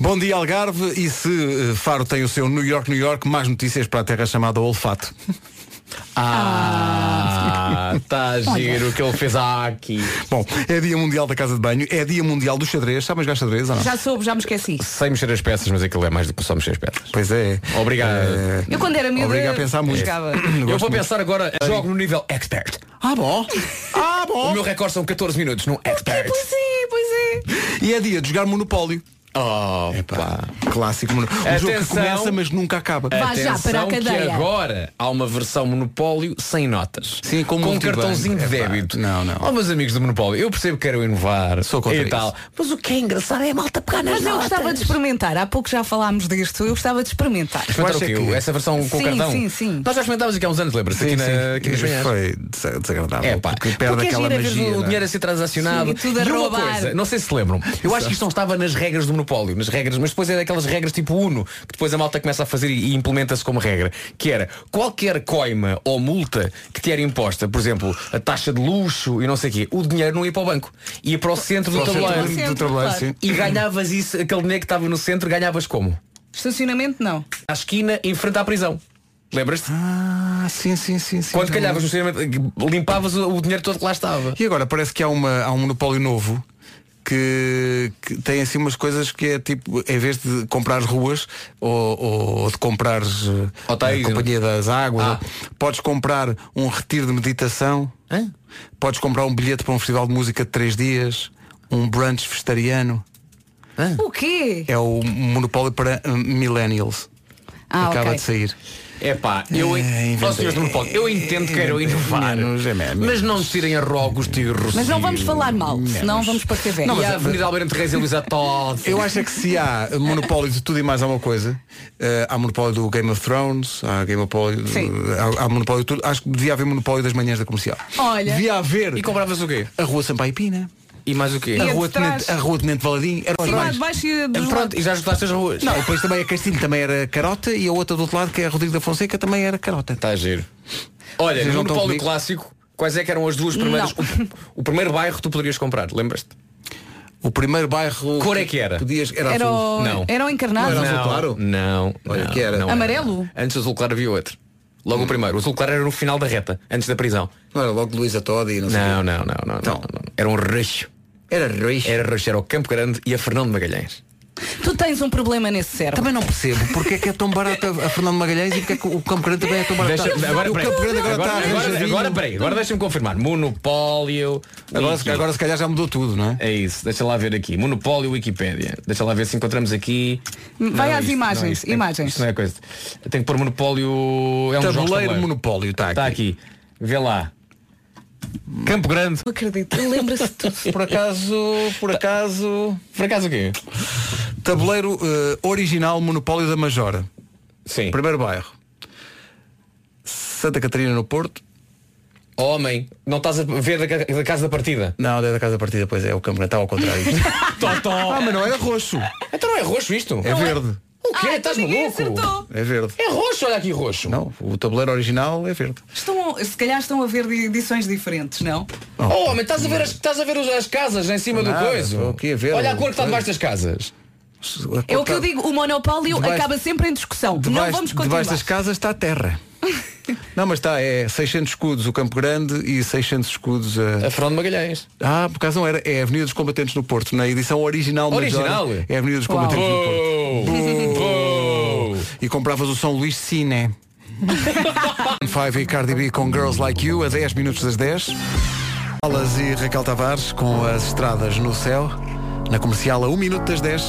[SPEAKER 1] Bom dia, Algarve. E se eh, Faro tem o seu New York, New York, mais notícias para a terra chamada Olfato.
[SPEAKER 5] Ah, tá giro o que ele fez aqui.
[SPEAKER 1] Bom, é dia mundial da casa de banho, é dia mundial do xadrez. Sabem jogar xadrez ou não?
[SPEAKER 3] Já soube, já me esqueci.
[SPEAKER 5] Sem mexer as peças, mas aquilo é mais do que só mexer as peças.
[SPEAKER 1] Pois é.
[SPEAKER 5] Obrigado.
[SPEAKER 1] Eh,
[SPEAKER 3] Eu quando era miúda
[SPEAKER 1] Obrigado a pensar muito.
[SPEAKER 3] jogava.
[SPEAKER 1] gosto
[SPEAKER 5] Eu vou
[SPEAKER 1] muito.
[SPEAKER 5] pensar agora, jogo no nível expert.
[SPEAKER 1] Ah, bom. Ah,
[SPEAKER 5] O
[SPEAKER 1] bom.
[SPEAKER 5] meu recorde são 14 minutos no expert.
[SPEAKER 3] Pois é, pois é.
[SPEAKER 1] E é dia de jogar Monopólio.
[SPEAKER 5] Oh,
[SPEAKER 1] Pá, clássico Monopólio. Um jogo que
[SPEAKER 5] Atenção.
[SPEAKER 1] começa, mas nunca acaba.
[SPEAKER 3] Vá já
[SPEAKER 5] Atenção
[SPEAKER 3] para a
[SPEAKER 5] que
[SPEAKER 3] cadeia.
[SPEAKER 5] agora há uma versão Monopólio sem notas.
[SPEAKER 1] Sim, como
[SPEAKER 5] com um
[SPEAKER 1] multibanco.
[SPEAKER 5] cartãozinho de
[SPEAKER 1] Epá,
[SPEAKER 5] débito.
[SPEAKER 1] não, não.
[SPEAKER 5] Oh, meus amigos do Monopólio, eu percebo que quero inovar.
[SPEAKER 1] Sou contra
[SPEAKER 5] e
[SPEAKER 1] isso.
[SPEAKER 5] tal. Mas o que é engraçado é a malta pegar nas
[SPEAKER 3] Mas eu
[SPEAKER 5] notas.
[SPEAKER 3] gostava de experimentar, há pouco já falámos disto, eu gostava de experimentar.
[SPEAKER 5] Experimentar
[SPEAKER 1] Eu
[SPEAKER 5] o
[SPEAKER 1] acho
[SPEAKER 5] quê?
[SPEAKER 1] é que-
[SPEAKER 5] Essa versão com
[SPEAKER 3] Sim,
[SPEAKER 5] cartão?
[SPEAKER 3] sim, sim.
[SPEAKER 5] Nós já experimentámos aqui há uns anos, lembra-se?
[SPEAKER 1] Sim,
[SPEAKER 5] Aqui, na,
[SPEAKER 1] sim.
[SPEAKER 5] aqui nas manhãs.
[SPEAKER 1] Foi desa- desagradável.
[SPEAKER 5] É pá,
[SPEAKER 1] porque perde
[SPEAKER 5] porque é
[SPEAKER 1] aquela
[SPEAKER 5] giro a ver
[SPEAKER 1] magia.
[SPEAKER 5] o- o
[SPEAKER 1] não é?
[SPEAKER 5] dinheiro a ser transacionado.
[SPEAKER 3] Sim, e tudo a
[SPEAKER 5] uma
[SPEAKER 3] roubar.
[SPEAKER 5] coisa, não sei se lembram. Eu acho que isto não estava nas regras do monopólio, nas regras, mas depois é daquelas regras tipo Uno, que depois a malta começa a fazer e e implementa-se como regra, que era qualquer coima ou multa que te era imposta, por exemplo, a taxa de luxo e não sei o quê, o dinheiro não ia para o banco, ia para o centro do
[SPEAKER 1] Ao centro
[SPEAKER 5] tabuleiro.
[SPEAKER 1] é do- do tabuleiro, sim.
[SPEAKER 5] E ganhavas isso, aquele dinheiro que estava no centro, ganhavas como?
[SPEAKER 3] Estacionamento não.
[SPEAKER 5] À esquina, em frente à prisão. Lembras-te?
[SPEAKER 1] Ah, sim, sim, sim. sim
[SPEAKER 5] Quando
[SPEAKER 1] já
[SPEAKER 5] calhavas no cinema, limpavas o o dinheiro todo que lá estava.
[SPEAKER 1] E agora parece que há, uma, há um monopólio novo que, que tem assim umas coisas que é tipo, em vez de comprar ruas ou, ou de comprar eh,
[SPEAKER 5] Hotéis,
[SPEAKER 1] a Companhia das Águas,
[SPEAKER 5] Ah.
[SPEAKER 1] ou- podes comprar um retiro de meditação,
[SPEAKER 5] Hã?
[SPEAKER 1] podes comprar um bilhete para um festival de música de três dias, um brunch vegetariano.
[SPEAKER 3] O quê?
[SPEAKER 1] É o monopólio para hum, millennials.
[SPEAKER 3] Ah,
[SPEAKER 1] Acaba
[SPEAKER 3] ok.
[SPEAKER 1] de sair.
[SPEAKER 5] É pá, eu,
[SPEAKER 1] É,
[SPEAKER 5] Ó, senhores do Monopólio, eu entendo que queiram inovar,
[SPEAKER 1] Menos, é menos.
[SPEAKER 5] mas não tirem a rogos tirros.
[SPEAKER 3] Mas não vamos falar mal, senão vamos para TV.
[SPEAKER 5] e a Avenida Alberto Reis e Luísa Todd.
[SPEAKER 1] Eu acho é que se há monopólio de tudo e mais alguma coisa, eh, há monopólio do Game of Thrones, há Game of Polio,
[SPEAKER 3] Sim.
[SPEAKER 1] há, há monopólio de tudo, acho que devia haver monopólio das manhãs da comercial.
[SPEAKER 3] Olha.
[SPEAKER 1] Devia haver
[SPEAKER 5] E compravas o quê?
[SPEAKER 1] a Rua Sampaio Pina,
[SPEAKER 5] E mais o quê?
[SPEAKER 1] a
[SPEAKER 3] a de
[SPEAKER 1] Rua,
[SPEAKER 3] trás?
[SPEAKER 1] Tenente, a Rua Tenente Valadim, eram as
[SPEAKER 3] Sim, lá
[SPEAKER 1] mais.
[SPEAKER 3] de baixo e dos
[SPEAKER 5] Pronto,
[SPEAKER 3] lados.
[SPEAKER 5] e já ajudaste as ruas.
[SPEAKER 1] Não, e depois também a Castilho também era Carota e a outra do outro lado, que é a Rodrigo da Fonseca, também era Carota.
[SPEAKER 5] Está giro.
[SPEAKER 1] Tá Vocês
[SPEAKER 5] Olha, no
[SPEAKER 1] não estão
[SPEAKER 5] Monopólio
[SPEAKER 1] comigo?
[SPEAKER 5] Clássico, quais é que eram as duas primeiras. O, o primeiro bairro que tu poderias comprar, lembras-te?
[SPEAKER 1] O primeiro bairro.
[SPEAKER 5] Cor é que era?
[SPEAKER 1] Podias, era,
[SPEAKER 3] Era
[SPEAKER 1] azul.
[SPEAKER 3] o,
[SPEAKER 5] Não.
[SPEAKER 3] era o encarnado.
[SPEAKER 1] Não era azul claro?
[SPEAKER 5] Não.
[SPEAKER 1] Olha,
[SPEAKER 5] não,
[SPEAKER 1] que era? Hum.
[SPEAKER 5] não
[SPEAKER 3] Amarelo?
[SPEAKER 5] Antes do azul claro havia outro. Logo o primeiro. O azul claro era no final da reta, antes da prisão.
[SPEAKER 1] Não era logo Luísa Todd e não sei.
[SPEAKER 5] Não, não, não, não. não,
[SPEAKER 1] Então.
[SPEAKER 5] não. Era um recho.
[SPEAKER 1] Era Reis.
[SPEAKER 5] Era Rocher ao Campo Grande e a Fernando Magalhães.
[SPEAKER 3] Tu tens um problema nesse cérebro.
[SPEAKER 1] Também não percebo porque é que é tão barato a a Fernando Magalhães e porque é que o Campo Grande também é tão barato.
[SPEAKER 5] Deixa, agora,
[SPEAKER 1] o
[SPEAKER 5] peraí.
[SPEAKER 1] Campo Grande agora,
[SPEAKER 5] agora,
[SPEAKER 1] está
[SPEAKER 5] agora, agora,
[SPEAKER 1] arranjadinho.
[SPEAKER 5] peraí, agora deixa-me confirmar. Monopólio.
[SPEAKER 1] Agora, se-
[SPEAKER 5] Wiki.
[SPEAKER 1] agora se calhar já mudou tudo, não é?
[SPEAKER 5] É isso, deixa lá ver aqui. Monopólio Wikipédia. Deixa lá ver se encontramos aqui.
[SPEAKER 3] Hum, Vai às
[SPEAKER 5] isto- é
[SPEAKER 3] imagens,
[SPEAKER 5] isto tem-
[SPEAKER 3] imagens.
[SPEAKER 5] isto não é coisa. Tem que pôr monopólio. É um jogo de
[SPEAKER 1] Tabuleiro
[SPEAKER 5] tabuleiro. Tá
[SPEAKER 1] Monopólio está aqui.
[SPEAKER 5] Está aqui. Vê lá. Campo Grande.
[SPEAKER 3] Não acredito. Lembra-se de tudo.
[SPEAKER 1] Por acaso, por acaso.
[SPEAKER 5] Por acaso o quê?
[SPEAKER 1] Tabuleiro eh, original Monopólio da Majora.
[SPEAKER 5] Sim.
[SPEAKER 1] Primeiro bairro. Santa Catarina no Porto.
[SPEAKER 5] Homem, não estás a ver da, ca- da casa da partida.
[SPEAKER 1] Não, é da Casa da Partida, pois é, o Campo Grande está ao contrário.
[SPEAKER 5] Totó.
[SPEAKER 1] ah, mas não era roxo.
[SPEAKER 5] Então não é roxo isto?
[SPEAKER 1] É verde.
[SPEAKER 5] O quê? Estás
[SPEAKER 3] ninguém
[SPEAKER 5] maluco?
[SPEAKER 3] acertou.
[SPEAKER 1] É verde.
[SPEAKER 5] É roxo, olha aqui roxo.
[SPEAKER 1] Não, o tabuleiro original é verde.
[SPEAKER 3] Estão, se calhar estão a ver de edições diferentes, não?
[SPEAKER 5] Oh, homem, estás a ver as, estás a ver os- as casas em cima
[SPEAKER 1] Nada,
[SPEAKER 5] do coiso?
[SPEAKER 1] estou aqui a ver
[SPEAKER 5] Olha
[SPEAKER 1] o
[SPEAKER 5] a cor que está
[SPEAKER 1] coiso.
[SPEAKER 5] debaixo das casas.
[SPEAKER 3] É o que eu digo, o monopólio
[SPEAKER 1] Debaixo-
[SPEAKER 3] acaba sempre em discussão.
[SPEAKER 1] Debaixo,
[SPEAKER 3] não vamos continuar.
[SPEAKER 1] debaixo das casas está a terra. Não, mas está, é 600 escudos o Campo Grande e 600 escudos a...
[SPEAKER 5] A Fernando Magalhães.
[SPEAKER 1] Ah, por acaso não era, é a Avenida dos Combatentes no Porto, na edição original. da
[SPEAKER 5] Original?
[SPEAKER 1] Zona, É a Avenida dos
[SPEAKER 3] Uau.
[SPEAKER 1] Combatentes no Porto.
[SPEAKER 3] Oh,
[SPEAKER 5] Pou, pou.
[SPEAKER 1] E compravas o São Luís Cine. Five e Cardi B com Girls Like You a 10 minutos das 10. Alas e Raquel Tavares com as estradas no céu. Na comercial a 1 minuto das 10.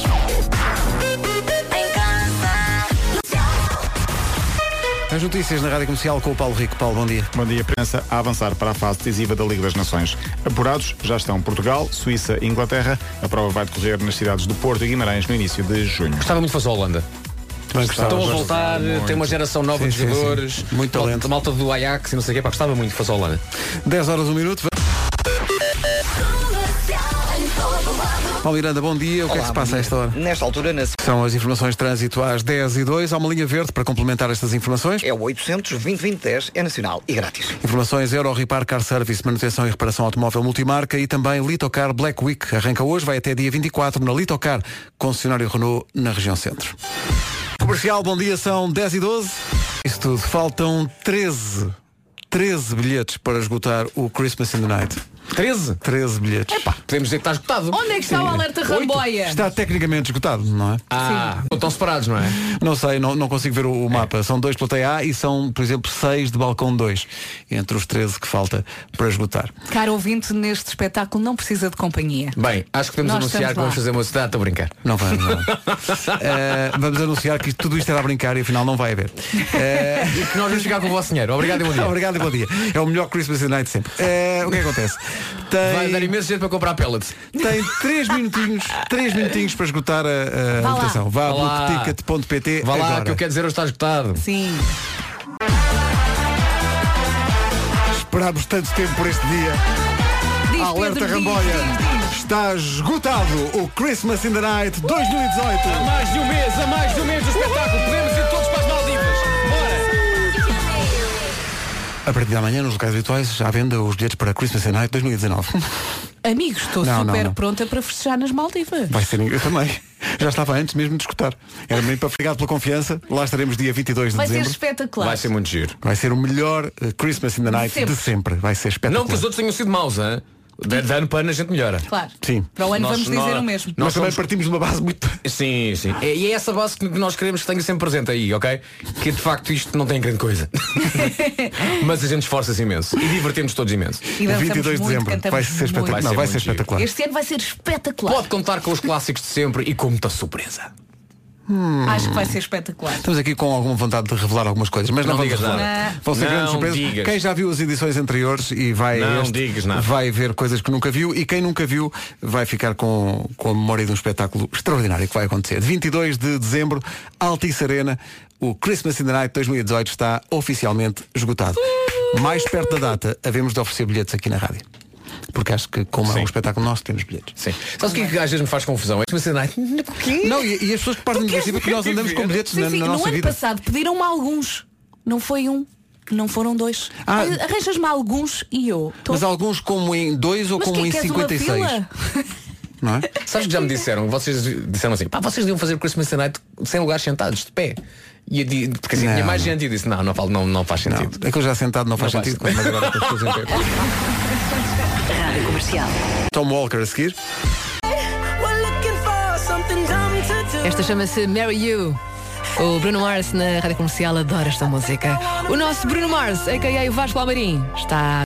[SPEAKER 1] As notícias na Rádio Comercial com o Paulo Rico. Paulo, bom dia.
[SPEAKER 8] Bom dia, Prensa, a avançar para a fase decisiva da Liga das Nações. Apurados já estão Portugal, Suíça e Inglaterra. A prova vai decorrer nas cidades do Porto e Guimarães no início de junho.
[SPEAKER 5] Gostava muito que fosse a Holanda. Estão a voltar, tem uma geração nova
[SPEAKER 1] Sim,
[SPEAKER 5] de
[SPEAKER 1] sim, sim.
[SPEAKER 5] jogadores.
[SPEAKER 1] Muito
[SPEAKER 5] malta-
[SPEAKER 1] talento.
[SPEAKER 5] Malta do Ajax e não sei o quê. Pá, gostava muito que fosse a Holanda.
[SPEAKER 1] 10 horas, 1 minuto. Paulo Miranda, bom dia. O que é que
[SPEAKER 2] Olá,
[SPEAKER 1] se passa
[SPEAKER 2] bom
[SPEAKER 1] a esta hora?
[SPEAKER 2] dia. Nesta altura, na
[SPEAKER 1] São as informações de trânsito às 10 e 2. Há uma linha verde para complementar estas informações.
[SPEAKER 2] é o 800 20 10 é nacional e grátis.
[SPEAKER 1] Informações Euro Repar Car Service, manutenção e reparação automóvel multimarca e também Litocar Black Week. Arranca hoje, vai até dia 24 na Litocar, concessionário Renault na região centro. Comercial, bom dia, são 10 e 12. Isso tudo, faltam 13, 13 bilhetes para esgotar o Christmas in the Night.
[SPEAKER 5] 13?
[SPEAKER 1] 13 bilhetes.
[SPEAKER 5] Podemos dizer que está esgotado.
[SPEAKER 3] Onde é que está o alerta ramboia?
[SPEAKER 1] Está tecnicamente esgotado, não é?
[SPEAKER 5] Ah, não estão separados, não é?
[SPEAKER 1] Não sei, não, não consigo ver o, o mapa. São dois plateia A e são, por exemplo, seis de balcão 2, entre os 13 que falta para esgotar.
[SPEAKER 3] Caro ouvinte, neste espetáculo não precisa de companhia.
[SPEAKER 5] Bem, acho que podemos
[SPEAKER 3] Nós
[SPEAKER 5] anunciar
[SPEAKER 3] estamos
[SPEAKER 5] que vamos
[SPEAKER 3] lá.
[SPEAKER 5] fazer uma cidade. Estou a brincar.
[SPEAKER 1] Não vai, não. Eh, vamos anunciar que isto- tudo isto era a brincar e afinal não vai haver. Eh,
[SPEAKER 5] E que nós vamos ficar com o vosso dinheiro. Obrigado e bom dia.
[SPEAKER 1] Obrigado e bom dia. É o melhor Christmas in the Night sempre. Eh, o que é que acontece?
[SPEAKER 5] Vai dar
[SPEAKER 1] Tem,
[SPEAKER 5] imenso jeito para comprar pellets.
[SPEAKER 1] tem três minutinhos, três minutinhos para esgotar a, a
[SPEAKER 3] Vá lá.
[SPEAKER 1] votação. Vá a
[SPEAKER 5] Vá lá.
[SPEAKER 1] bookticket.pt
[SPEAKER 5] Vá lá,
[SPEAKER 1] agora.
[SPEAKER 5] que eu quero dizer hoje está esgotado.
[SPEAKER 3] Sim.
[SPEAKER 1] Esperámos tanto tempo por este dia.
[SPEAKER 3] Diz
[SPEAKER 1] Ah, Alerta
[SPEAKER 3] Pedro, diz,
[SPEAKER 1] Ramboia.
[SPEAKER 3] diz, diz.
[SPEAKER 1] Está esgotado o Christmas in the Night 2018.
[SPEAKER 5] mais de um mês, a mais de um mês do espetáculo. Podemos ir todos para as Maldivas. Bora!
[SPEAKER 1] A partir de amanhã, nos locais habituais, à venda os bilhetes para Christmas in the Night 2019.
[SPEAKER 3] Amigos, estou
[SPEAKER 1] Não, não,
[SPEAKER 3] super
[SPEAKER 1] não.
[SPEAKER 3] pronta para festejar nas Maldivas.
[SPEAKER 1] Vai ser eu também. Já estava antes mesmo de escutar. Era mesmo para obrigado pela confiança. Lá estaremos dia 22 de
[SPEAKER 3] Vai ser
[SPEAKER 1] dezembro.
[SPEAKER 3] espetacular.
[SPEAKER 5] Vai ser muito giro.
[SPEAKER 1] Vai ser o melhor eh, Christmas in the Night
[SPEAKER 3] sempre.
[SPEAKER 1] de sempre. Vai ser espetacular.
[SPEAKER 5] Não que os outros tenham sido maus, hein? De, de ano para ano a gente melhora.
[SPEAKER 3] Claro.
[SPEAKER 1] Sim.
[SPEAKER 3] Para o ano
[SPEAKER 5] Nós-
[SPEAKER 3] vamos dizer
[SPEAKER 5] nós-
[SPEAKER 3] o mesmo.
[SPEAKER 1] Nós
[SPEAKER 5] nós
[SPEAKER 1] também
[SPEAKER 5] somos-
[SPEAKER 1] partimos de uma base muito.
[SPEAKER 5] Sim, sim. É- E é essa base que que nós queremos que tenha sempre presente aí, ok? Que de facto isto não tem grande coisa. Mas a gente esforça-se imenso. E divertimos todos imenso.
[SPEAKER 3] E
[SPEAKER 1] 22
[SPEAKER 3] dançamos
[SPEAKER 1] de
[SPEAKER 3] muito,
[SPEAKER 1] dezembro.
[SPEAKER 3] cantamos
[SPEAKER 1] Vai ser
[SPEAKER 3] muito.
[SPEAKER 1] espetacular.
[SPEAKER 5] Vai
[SPEAKER 1] Não,
[SPEAKER 5] ser
[SPEAKER 1] vai
[SPEAKER 5] muito
[SPEAKER 1] ser
[SPEAKER 5] giro.
[SPEAKER 1] espetacular.
[SPEAKER 3] Este ano vai ser espetacular.
[SPEAKER 5] Pode contar com os clássicos de sempre e com muita surpresa.
[SPEAKER 3] Acho que vai ser espetacular.
[SPEAKER 1] Estamos aqui com alguma vontade de revelar algumas coisas, mas não,
[SPEAKER 5] Não
[SPEAKER 1] vamos
[SPEAKER 5] digas
[SPEAKER 1] revelar.
[SPEAKER 3] nada.
[SPEAKER 1] Vão ser
[SPEAKER 5] Não
[SPEAKER 1] grandes surpresas.
[SPEAKER 5] digas.
[SPEAKER 1] Quem já viu as edições anteriores e vai, a
[SPEAKER 5] Não
[SPEAKER 1] este,
[SPEAKER 5] digas nada.
[SPEAKER 1] vai ver coisas que nunca viu e quem nunca viu vai ficar com, com a memória de um espetáculo extraordinário que vai acontecer. 22 de dezembro, Altice Arena, o Christmas in the Night 2018 está oficialmente esgotado. Mais perto da data, havemos de oferecer bilhetes aqui na rádio. Porque acho que, como é um espetáculo nosso, temos bilhetes.
[SPEAKER 5] Sim. Sabes o que, é que às vezes me faz confusão? É que você ai, porquê?
[SPEAKER 1] Não, e, e as pessoas que partem do
[SPEAKER 5] Porquê?
[SPEAKER 1] princípio que nós andamos com bilhetes
[SPEAKER 3] Sim,
[SPEAKER 1] na,
[SPEAKER 3] sim.
[SPEAKER 1] na
[SPEAKER 3] no
[SPEAKER 1] nossa
[SPEAKER 3] ano
[SPEAKER 1] vida.
[SPEAKER 3] passado pediram-me alguns. Não foi um. Não foram dois.
[SPEAKER 1] Ah.
[SPEAKER 3] Olha, Arranjas-me alguns e eu. Tô...
[SPEAKER 1] Mas alguns como em 2 ou
[SPEAKER 3] Mas
[SPEAKER 1] como
[SPEAKER 3] que é
[SPEAKER 1] um em
[SPEAKER 3] que és uma
[SPEAKER 1] 56.
[SPEAKER 3] fila?
[SPEAKER 1] Não é?
[SPEAKER 5] Sabes que já me disseram, vocês disseram assim, pá, vocês deviam fazer o Christmas Night sem lugares sentados, de pé. E eu di- porque assim
[SPEAKER 1] Não,
[SPEAKER 5] tinha mais
[SPEAKER 1] não.
[SPEAKER 5] gente e eu disse, não, não, falo, não, não faz
[SPEAKER 1] Não,
[SPEAKER 5] sentido.
[SPEAKER 1] aquilo já sentado não faz
[SPEAKER 5] Não
[SPEAKER 1] sentido.
[SPEAKER 5] faz.
[SPEAKER 1] Mas agora com as pessoas em pé.
[SPEAKER 9] Rádio Comercial.
[SPEAKER 1] Tom Walker a seguir.
[SPEAKER 4] Esta chama-se Mary You. O Bruno Mars na rádio comercial adora esta música. O nosso Bruno Mars, a.k.a. Vasco Almarim, está